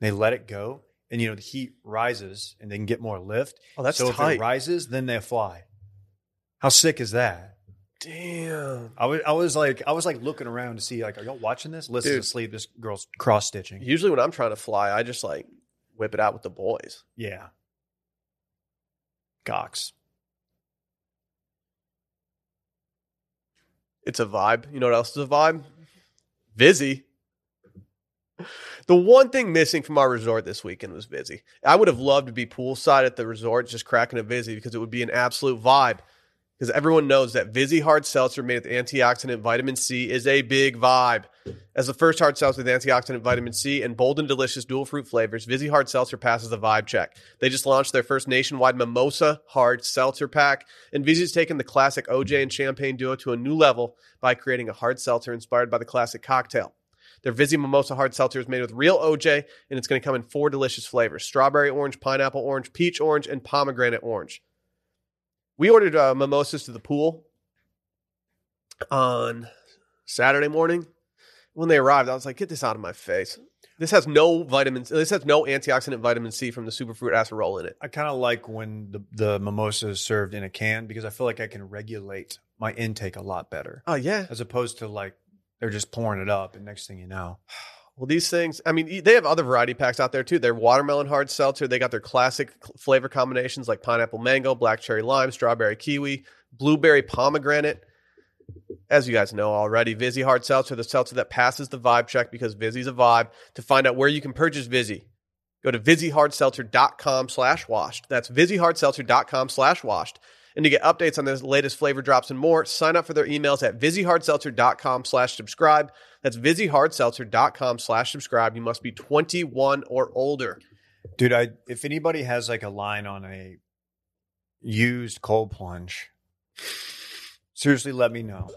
[SPEAKER 2] they let it go, and you know the heat rises, and they can get more lift.
[SPEAKER 1] Oh, that's
[SPEAKER 2] so if
[SPEAKER 1] tight.
[SPEAKER 2] it rises, then they fly. How sick is that?
[SPEAKER 1] Damn.
[SPEAKER 2] I was I was like I was like looking around to see like are y'all watching this? Listen
[SPEAKER 1] Dude.
[SPEAKER 2] to sleep. This girl's cross stitching.
[SPEAKER 1] Usually when I'm trying to fly, I just like whip it out with the boys.
[SPEAKER 2] Yeah. Cox.
[SPEAKER 1] It's a vibe. You know what else is a vibe? Busy. The one thing missing from our resort this weekend was busy. I would have loved to be poolside at the resort just cracking a busy because it would be an absolute vibe. Because everyone knows that Vizzy hard seltzer made with antioxidant vitamin C is a big vibe. As the first hard seltzer with antioxidant vitamin C and bold and delicious dual fruit flavors, Vizzy hard seltzer passes the vibe check. They just launched their first nationwide mimosa hard seltzer pack, and Vizzy's taken the classic OJ and champagne duo to a new level by creating a hard seltzer inspired by the classic cocktail. Their Vizzy Mimosa hard seltzer is made with real OJ, and it's going to come in four delicious flavors: strawberry orange, pineapple orange, peach orange, and pomegranate orange. We ordered uh, mimosas to the pool on Saturday morning. When they arrived, I was like, "Get this out of my face! This has no vitamins. This has no antioxidant vitamin C from the superfruit acerola in it."
[SPEAKER 2] I kind of like when the, the mimosa is served in a can because I feel like I can regulate my intake a lot better
[SPEAKER 1] Oh yeah.
[SPEAKER 2] as opposed to like they're just pouring it up and next thing you know.
[SPEAKER 1] Well, these things, I mean, e- they have other variety packs out there too. Their watermelon hard seltzer, they got their classic cl- flavor combinations like pineapple mango, black cherry lime, strawberry kiwi, blueberry pomegranate. As you guys know already, Vizzy hard seltzer, the seltzer that passes the vibe check because Vizzy's a vibe. To find out where you can purchase Vizzy, go to VizzyHardSeltzer.com slash washed. That's VizzyHardSeltzer.com slash washed. And to get updates on their latest flavor drops and more, sign up for their emails at VizzyHardSeltzer.com slash subscribe. That's VizzyHardSeltzer.com slash subscribe. You must be 21 or older.
[SPEAKER 2] Dude, I if anybody has like a line on a used cold plunge, seriously let me know.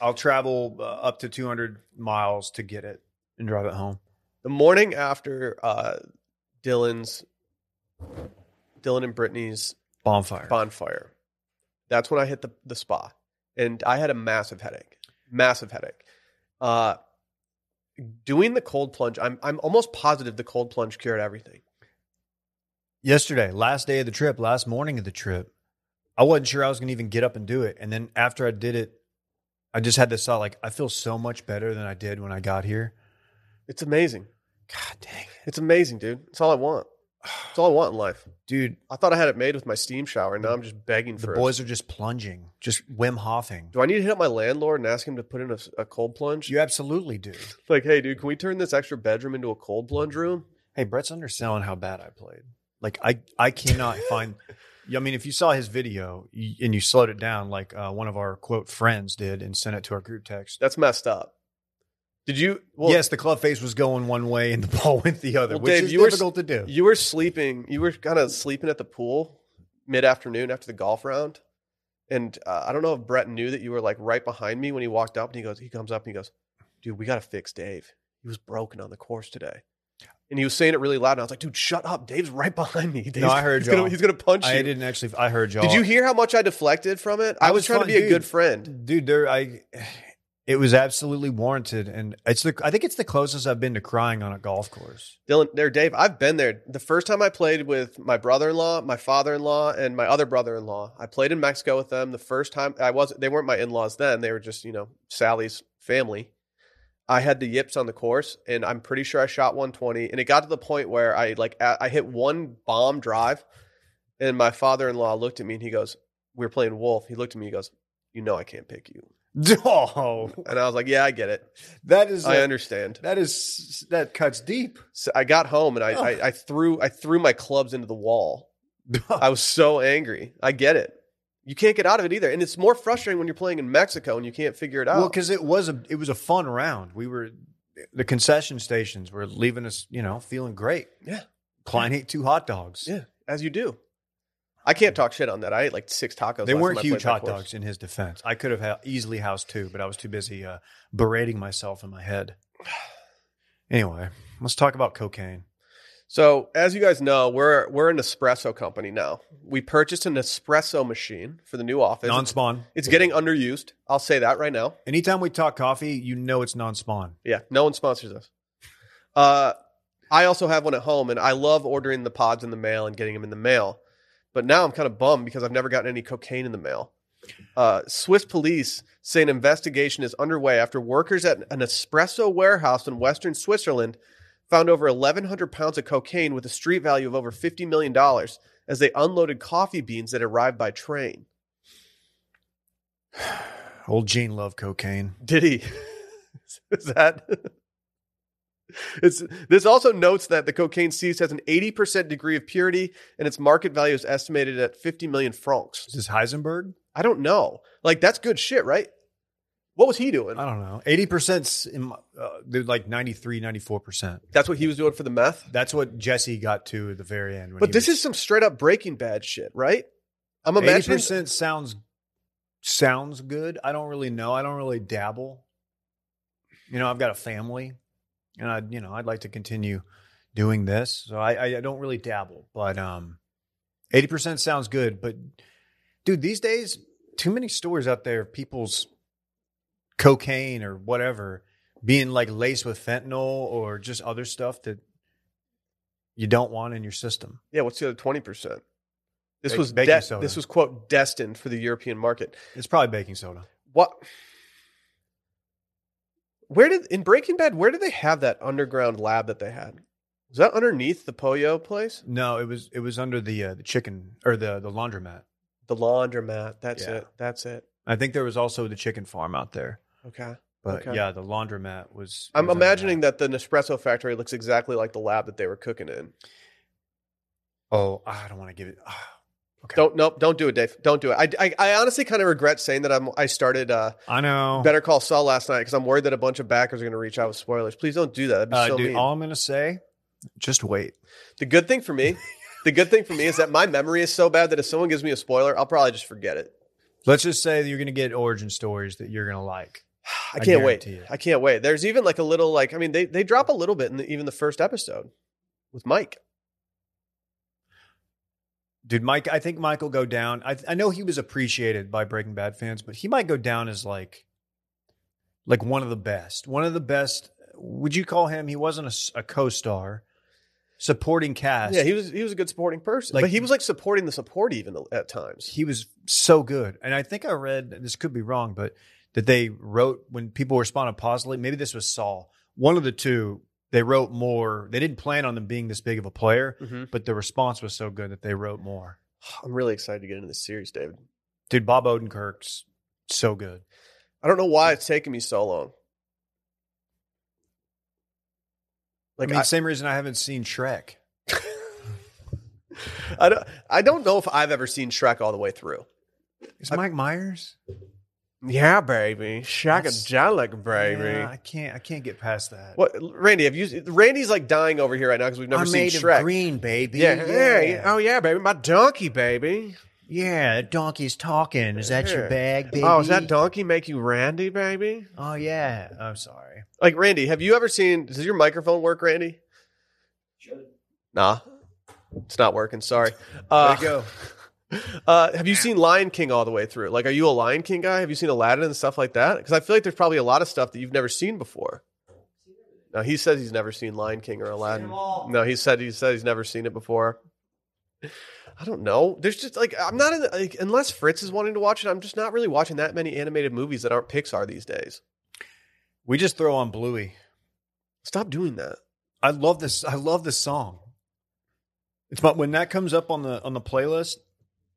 [SPEAKER 2] I'll travel uh, up to 200 miles to get it and drive it home.
[SPEAKER 1] The morning after uh, Dylan's, Dylan and Brittany's
[SPEAKER 2] Bonfire.
[SPEAKER 1] bonfire, that's when I hit the, the spa. And I had a massive headache, massive headache. Uh, doing the cold plunge, I'm, I'm almost positive the cold plunge cured everything.
[SPEAKER 2] yesterday, last day of the trip, last morning of the trip, I wasn't sure I was going to even get up and do it. And then after I did it, I just had this thought like, I feel so much better than I did when I got here.
[SPEAKER 1] It's amazing.
[SPEAKER 2] God dang. it.
[SPEAKER 1] It's amazing, dude. It's all I want. It's all I want in life.
[SPEAKER 2] Dude,
[SPEAKER 1] I thought I had it made with my steam shower, and now I'm just begging
[SPEAKER 2] the
[SPEAKER 1] for it.
[SPEAKER 2] boys are just plunging, just Wim Hofing.
[SPEAKER 1] Do I need to hit up my landlord and ask him to put in a, a cold plunge?
[SPEAKER 2] You absolutely do.
[SPEAKER 1] Like, hey, dude, can we turn this extra bedroom into a cold plunge room?
[SPEAKER 2] Hey, Brett's underselling how bad I played. Like, I, I cannot find. I mean, if you saw his video y- and you slowed it down, like uh, one of our quote friends did and sent it to our group text,
[SPEAKER 1] That's messed up. Did you? Well,
[SPEAKER 2] yes, the club face was going one way and the ball went the other,
[SPEAKER 1] Well,
[SPEAKER 2] which
[SPEAKER 1] Dave,
[SPEAKER 2] is
[SPEAKER 1] you were s-
[SPEAKER 2] difficult to do.
[SPEAKER 1] You were sleeping. You were kind of sleeping at the pool mid afternoon after the golf round, and uh, I don't know if Brett knew that you were like right behind me when he walked up, and he goes, he comes up and he goes, "Dude, we got to fix Dave. He was broken on the course today." And he was saying it really loud, and I was like, "Dude, shut up! Dave's right behind me. Dave's,
[SPEAKER 2] I heard
[SPEAKER 1] he's gonna,
[SPEAKER 2] y'all.
[SPEAKER 1] he's gonna punch
[SPEAKER 2] I
[SPEAKER 1] you."
[SPEAKER 2] didn't actually. I heard y'all.
[SPEAKER 1] Did you hear how much I deflected from it? I,
[SPEAKER 2] I
[SPEAKER 1] was,
[SPEAKER 2] was
[SPEAKER 1] trying
[SPEAKER 2] fine,
[SPEAKER 1] to be a
[SPEAKER 2] dude.
[SPEAKER 1] good friend.
[SPEAKER 2] dude? There, I. It was absolutely warranted, and it's the. I think it's the closest I've been to crying on a golf course.
[SPEAKER 1] Dylan, there, Dave. I've been there. The first time I played with my brother-in-law, my father-in-law, and my other brother-in-law, I played in Mexico with them. The first time I was, they weren't my in-laws then. They were just, you know, Sally's family. I had the yips on the course, and I'm pretty sure I shot 120. And it got to the point where I like, a- I hit one bomb drive, and my father-in-law looked at me and he goes, "We were playing Wolf." He looked at me, he goes, "You know, I can't pick you."
[SPEAKER 2] Oh,
[SPEAKER 1] And I was like, "Yeah, I get it.
[SPEAKER 2] that is.
[SPEAKER 1] I
[SPEAKER 2] a-
[SPEAKER 1] understand."
[SPEAKER 2] that is that cuts deep.
[SPEAKER 1] So I got home and I,
[SPEAKER 2] Oh.
[SPEAKER 1] I, I threw I threw my clubs into the wall. I was so angry. I get it. You can't get out of it either, and it's more frustrating when you're playing in Mexico and you can't figure it out.
[SPEAKER 2] Well, because it was a it was a fun round. We were the concession stations were leaving us, you know, feeling great.
[SPEAKER 1] Yeah.
[SPEAKER 2] Klein ate two hot dogs.
[SPEAKER 1] Yeah. as you do. I can't talk shit on that. I ate like six tacos.
[SPEAKER 2] They
[SPEAKER 1] last
[SPEAKER 2] weren't
[SPEAKER 1] time I played
[SPEAKER 2] huge
[SPEAKER 1] that
[SPEAKER 2] hot
[SPEAKER 1] course.
[SPEAKER 2] dogs in his defense. I could have ha- easily housed two, but I was too busy uh, berating myself in my head. Anyway, let's talk about cocaine.
[SPEAKER 1] So, as you guys know, we're we're an espresso company now. We purchased an espresso machine for the new office.
[SPEAKER 2] Non spawn.
[SPEAKER 1] it's getting underused. I'll say that right now.
[SPEAKER 2] Anytime we talk coffee, you know it's non spawn.
[SPEAKER 1] Yeah, no one sponsors us. Uh, I also have one at home, and I love ordering the pods in the mail and getting them in the mail. But now I'm kind of bummed because I've never gotten any cocaine in the mail. Uh, Swiss police say an investigation is underway after workers at an espresso warehouse in western Switzerland found over 1,100 pounds of cocaine with a street value of over $50 million as they unloaded coffee beans that arrived by train.
[SPEAKER 2] Old Gene loved cocaine.
[SPEAKER 1] Did he? Is that? It's, this also notes that the cocaine seized has an 80% degree of purity and its market value is estimated at 50 million francs.
[SPEAKER 2] Is this Heisenberg?
[SPEAKER 1] I don't know. Like, that's good shit, right? What was he doing?
[SPEAKER 2] I don't know. 80% in, my- uh, they're like 93, 94%.
[SPEAKER 1] That's what he was doing for the meth.
[SPEAKER 2] That's what Jesse got to at the very end. when
[SPEAKER 1] But
[SPEAKER 2] he
[SPEAKER 1] this
[SPEAKER 2] was-
[SPEAKER 1] is some straight up Breaking Bad shit, right? I'm
[SPEAKER 2] Eighty
[SPEAKER 1] imagining.
[SPEAKER 2] percent sounds sounds good. I don't really know. I don't really dabble. You know, I've got a family, and I, you know, I'd like to continue doing this. So I, I- I don't really dabble, but um, eighty percent sounds good. But dude, these days, too many stories out there of people's cocaine or whatever being like laced with fentanyl or just other stuff that you don't want in your system.
[SPEAKER 1] Yeah, what's the other 20%? This
[SPEAKER 2] Ba-
[SPEAKER 1] was
[SPEAKER 2] baking
[SPEAKER 1] de-
[SPEAKER 2] soda.
[SPEAKER 1] this was quote destined for the European market.
[SPEAKER 2] It's probably baking soda.
[SPEAKER 1] What? Where did in Breaking Bad? Where did they have that underground lab that they had? Was that underneath the Pollo place,
[SPEAKER 2] No, it was it was under the uh, the chicken or the the laundromat.
[SPEAKER 1] the laundromat? That's
[SPEAKER 2] Yeah.
[SPEAKER 1] it. That's it.
[SPEAKER 2] I think there was also the chicken farm out there.
[SPEAKER 1] Okay.
[SPEAKER 2] But
[SPEAKER 1] Okay.
[SPEAKER 2] yeah, the laundromat was.
[SPEAKER 1] I'm
[SPEAKER 2] was under
[SPEAKER 1] imagining that. the Nespresso factory looks exactly like the lab that they were cooking in.
[SPEAKER 2] Oh, I don't want to give it. ah, okay.
[SPEAKER 1] Don't nope. Don't do it, Dave. Don't do it. I, I, I honestly kind of regret saying that I'm I started uh,
[SPEAKER 2] I know.
[SPEAKER 1] Better Call Saul last night because I'm worried that a bunch of backers are going to reach out with spoilers. Please don't do that. That'd be
[SPEAKER 2] Uh,
[SPEAKER 1] so
[SPEAKER 2] dude,
[SPEAKER 1] mean.
[SPEAKER 2] all I'm gonna say, just wait.
[SPEAKER 1] The good thing for me, the good thing for me is that my memory is so bad that if someone gives me a spoiler, I'll probably just forget it.
[SPEAKER 2] Let's just say that you're gonna get origin stories that you're gonna like.
[SPEAKER 1] I
[SPEAKER 2] I
[SPEAKER 1] can't wait.
[SPEAKER 2] guarantee it.
[SPEAKER 1] I can't wait. There's even like a little like I mean they they drop a little bit in the, even the first episode with Mike.
[SPEAKER 2] Dude, Mike, I think Mike will go down. I, I know he was appreciated by Breaking Bad fans, but he might go down as like, like one of the best. One of the best. Would you call him? He wasn't a s- a, co-star, supporting cast.
[SPEAKER 1] Yeah, he was he was a good supporting person,
[SPEAKER 2] Like-
[SPEAKER 1] but he was like supporting the support even at times.
[SPEAKER 2] he was so good. And I think I read this could be wrong, but that they wrote when people responded positively. Maybe this was Saul. One of the two. They wrote more. They didn't plan on them being this big of a player,
[SPEAKER 1] Mhm.
[SPEAKER 2] but the response was so good that they wrote more.
[SPEAKER 1] I'm really excited to get into this series, David.
[SPEAKER 2] Dude, Bob Odenkirk's so good.
[SPEAKER 1] I don't know why it's taken me so long. Like
[SPEAKER 2] I mean,
[SPEAKER 1] I,
[SPEAKER 2] same reason I haven't seen Shrek.
[SPEAKER 1] I don't I don't know if I've ever seen Shrek all the way through.
[SPEAKER 2] Is Mike Myers?
[SPEAKER 1] Yeah, baby, Shrek
[SPEAKER 2] That's-
[SPEAKER 1] Jellic,
[SPEAKER 2] Yeah, I can't. I can't get past that.
[SPEAKER 1] What, Randy? Have you? Randy's like dying over here right now because we've never
[SPEAKER 2] I'm
[SPEAKER 1] seen
[SPEAKER 2] made
[SPEAKER 1] Shrek.
[SPEAKER 2] of green, baby.
[SPEAKER 1] yeah, yeah, yeah. Oh yeah, baby, my donkey, baby.
[SPEAKER 2] Yeah, that donkey's talking. Is that
[SPEAKER 1] Yeah.
[SPEAKER 2] your bag, baby?
[SPEAKER 1] Oh, does that donkey make you Randy, baby?
[SPEAKER 2] Oh yeah. I'm sorry.
[SPEAKER 1] Like Randy, have you ever seen? Does your microphone work, Randy? Nah, it's not working. Sorry. Uh,
[SPEAKER 2] There you
[SPEAKER 1] go. Uh, have you seen Lion King all the way through? Like, are you a Lion King guy? Have you seen Aladdin and stuff like that? Because I feel like there's probably a lot of stuff that you've never seen before. No, he says he's never seen Lion King or Aladdin. No, he said he said he's never seen it before. I don't know. There's just like I'm not in the, like unless Fritz is wanting to watch it. I'm just not really watching that many animated movies that aren't Pixar these days.
[SPEAKER 2] We just throw on Bluey.
[SPEAKER 1] Stop doing that.
[SPEAKER 2] I love this. I love this song. It's about when that comes up on the on the playlist.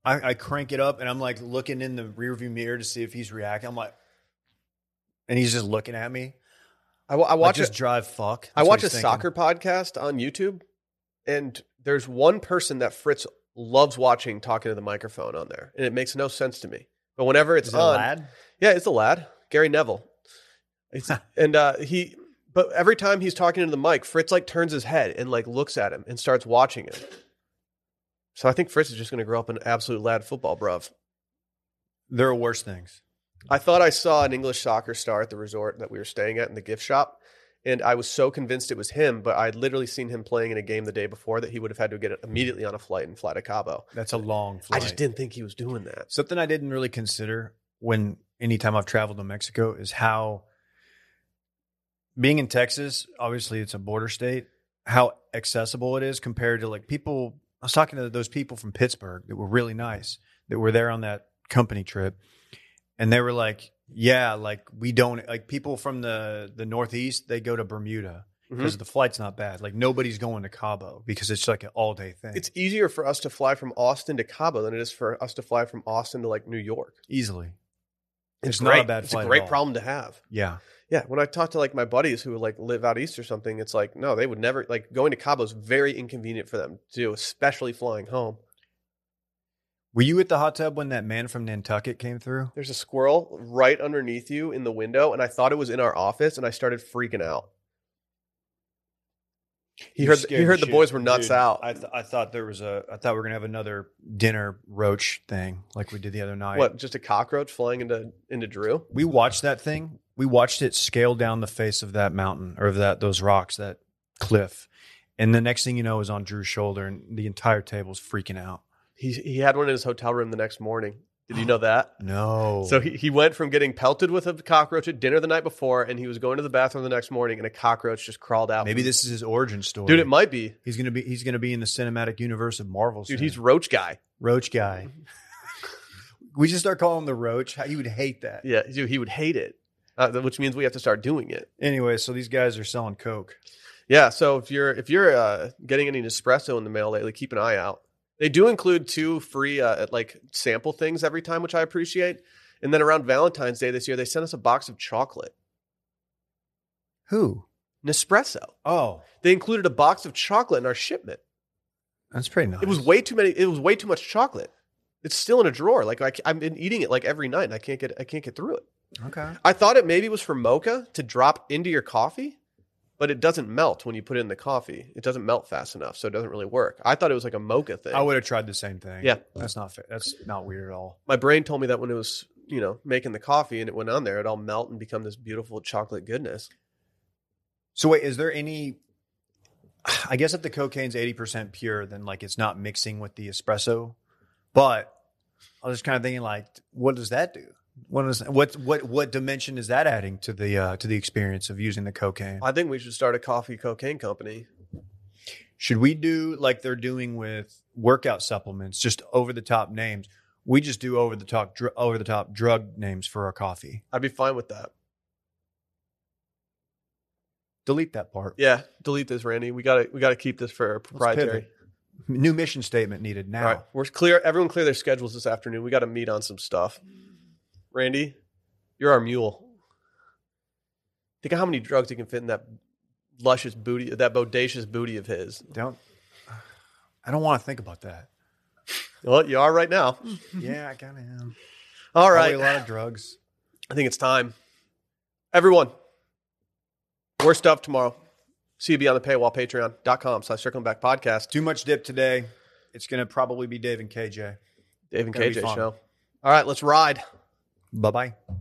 [SPEAKER 2] I, I crank it up and I'm like looking in the rearview mirror to see if he's reacting. I'm like, and he's just looking at me.
[SPEAKER 1] I, wa- I
[SPEAKER 2] Watch
[SPEAKER 1] watch
[SPEAKER 2] like,
[SPEAKER 1] a,
[SPEAKER 2] just drive fuck.
[SPEAKER 1] I
[SPEAKER 2] That's what
[SPEAKER 1] watch a
[SPEAKER 2] he's thinking.
[SPEAKER 1] soccer podcast on YouTube, and there's one person that Fritz loves watching talking to the microphone on there, and it makes no sense to me. But whenever it's
[SPEAKER 2] Is it a
[SPEAKER 1] on,
[SPEAKER 2] lad?
[SPEAKER 1] yeah, it's a lad, Gary Neville, It's- and uh, he. But every time he's talking to the mic, Fritz like turns his head and like looks at him and starts watching him. So I think Fritz is just going to grow up an absolute lad football bruv.
[SPEAKER 2] There are worse things.
[SPEAKER 1] I thought I saw an English soccer star at the resort that we were staying at in the gift shop, And I was so convinced it was him, but I'd literally seen him playing in a game the day before that he would have had to get immediately on a flight and fly to Cabo.
[SPEAKER 2] That's a long flight.
[SPEAKER 1] I just didn't think he was doing that.
[SPEAKER 2] Something I didn't really consider when anytime I've traveled to Mexico is how being in Texas, obviously it's a border state, how accessible it is compared to like people. I was talking to those people from Pittsburgh that were really nice that were there on that company trip, and they were like, "Yeah, like we don't like people from the the Northeast. They go to Bermuda because the flight's not bad. Like nobody's going to Cabo because it's like an all day thing.
[SPEAKER 1] It's easier for us to fly from Austin to Cabo than it is for us to fly from Austin to like New York.
[SPEAKER 2] easily,
[SPEAKER 1] It's,
[SPEAKER 2] It's not a
[SPEAKER 1] great.
[SPEAKER 2] bad
[SPEAKER 1] it's
[SPEAKER 2] flight
[SPEAKER 1] a
[SPEAKER 2] at
[SPEAKER 1] great
[SPEAKER 2] all.
[SPEAKER 1] problem to have.
[SPEAKER 2] yeah.
[SPEAKER 1] Yeah, when I talk to like my buddies who like live out east or something, it's like no, they would never like going to Cabo is very inconvenient for them to do, especially flying home.
[SPEAKER 2] Were you at the hot tub when that man from Nantucket came through?
[SPEAKER 1] There's a squirrel right underneath you in the window, and I thought it was in our office, and I started freaking out. He heard he heard the boys were nuts out.
[SPEAKER 2] I, th- I thought there was a. I thought we were gonna have another dinner roach thing like we did the other night.
[SPEAKER 1] what? Just a cockroach flying into into Drew?
[SPEAKER 2] We watched that thing. We watched it scale down the face of that mountain or of that those rocks, that cliff. And the next thing you know is on Drew's shoulder, and the entire table's freaking out.
[SPEAKER 1] He he had one in his hotel room the next morning. Did you know that?
[SPEAKER 2] No.
[SPEAKER 1] So he, he went from getting pelted with a cockroach at dinner the night before, and he was going to the bathroom the next morning, and a cockroach just crawled out.
[SPEAKER 2] maybe
[SPEAKER 1] from-
[SPEAKER 2] this is his origin story,
[SPEAKER 1] dude. It might be.
[SPEAKER 2] he's gonna be he's gonna be in the cinematic universe of Marvel.
[SPEAKER 1] Dude,
[SPEAKER 2] soon.
[SPEAKER 1] he's roach guy.
[SPEAKER 2] roach guy. we should start calling him the roach. How you would hate that.
[SPEAKER 1] Yeah, dude, he would hate it, uh, th- which means we have to start doing it.
[SPEAKER 2] Anyway, so these guys are selling coke.
[SPEAKER 1] Yeah, so if you're if you're uh, getting any Nespresso in the mail lately, keep an eye out. They do include two free uh, like sample things every time, which I appreciate. And then around Valentine's Day this year, they sent us a box of chocolate
[SPEAKER 2] Who?
[SPEAKER 1] Nespresso.
[SPEAKER 2] Oh,
[SPEAKER 1] They included a box of chocolate in our shipment.
[SPEAKER 2] that's pretty nice.
[SPEAKER 1] It was way too many. It was way too much chocolate. It's still in a drawer. Like I, ca- I've been eating it like every night, and I can't get I can't get through it.
[SPEAKER 2] okay.
[SPEAKER 1] I thought it maybe was for mocha to drop into your coffee, but it doesn't melt when you put it in the coffee. It doesn't melt fast enough, so it doesn't really work. I thought it was like a mocha thing.
[SPEAKER 2] I would have tried the same thing.
[SPEAKER 1] Yeah.
[SPEAKER 2] that's not fair. That's not weird at all.
[SPEAKER 1] My brain told me that when it was, you know, making the coffee and it went on there, it all melt and become this beautiful chocolate goodness.
[SPEAKER 2] So wait, is there any? I guess if the cocaine's eighty percent pure, then like it's not mixing with the espresso. But I was just kind of thinking, like, what does that do? What is what what what dimension is that adding to the uh, to the experience of using the cocaine?
[SPEAKER 1] I think we should start a coffee cocaine company.
[SPEAKER 2] Should we do like they're doing with workout supplements, just over the top names? We just do over the top dr- over the top drug names for our coffee.
[SPEAKER 1] I'd be fine with that.
[SPEAKER 2] Delete that part.
[SPEAKER 1] Yeah, delete this, Randy. We gotta we gotta keep this for proprietary.
[SPEAKER 2] New mission statement needed now.
[SPEAKER 1] All right, we're clear. Everyone clear their schedules this afternoon. We got to meet on some stuff. Randy, you're our mule. Think of how many drugs he can fit in that luscious booty, that bodacious booty of his.
[SPEAKER 2] Don't. I don't want to think about that.
[SPEAKER 1] Well, you are right now.
[SPEAKER 2] yeah, I kind of am.
[SPEAKER 1] All
[SPEAKER 2] Hmm. Probably
[SPEAKER 1] right,
[SPEAKER 2] a lot of drugs.
[SPEAKER 1] I think it's time. Everyone, we're stuff tomorrow. See you beyond the paywall. Patreon.com slash circling back podcast.
[SPEAKER 2] Too much dip today. It's gonna probably be Dave and KJ.
[SPEAKER 1] Dave and
[SPEAKER 2] Gonna be
[SPEAKER 1] KJ
[SPEAKER 2] fun.
[SPEAKER 1] show. All right, let's ride.
[SPEAKER 2] Bye bye.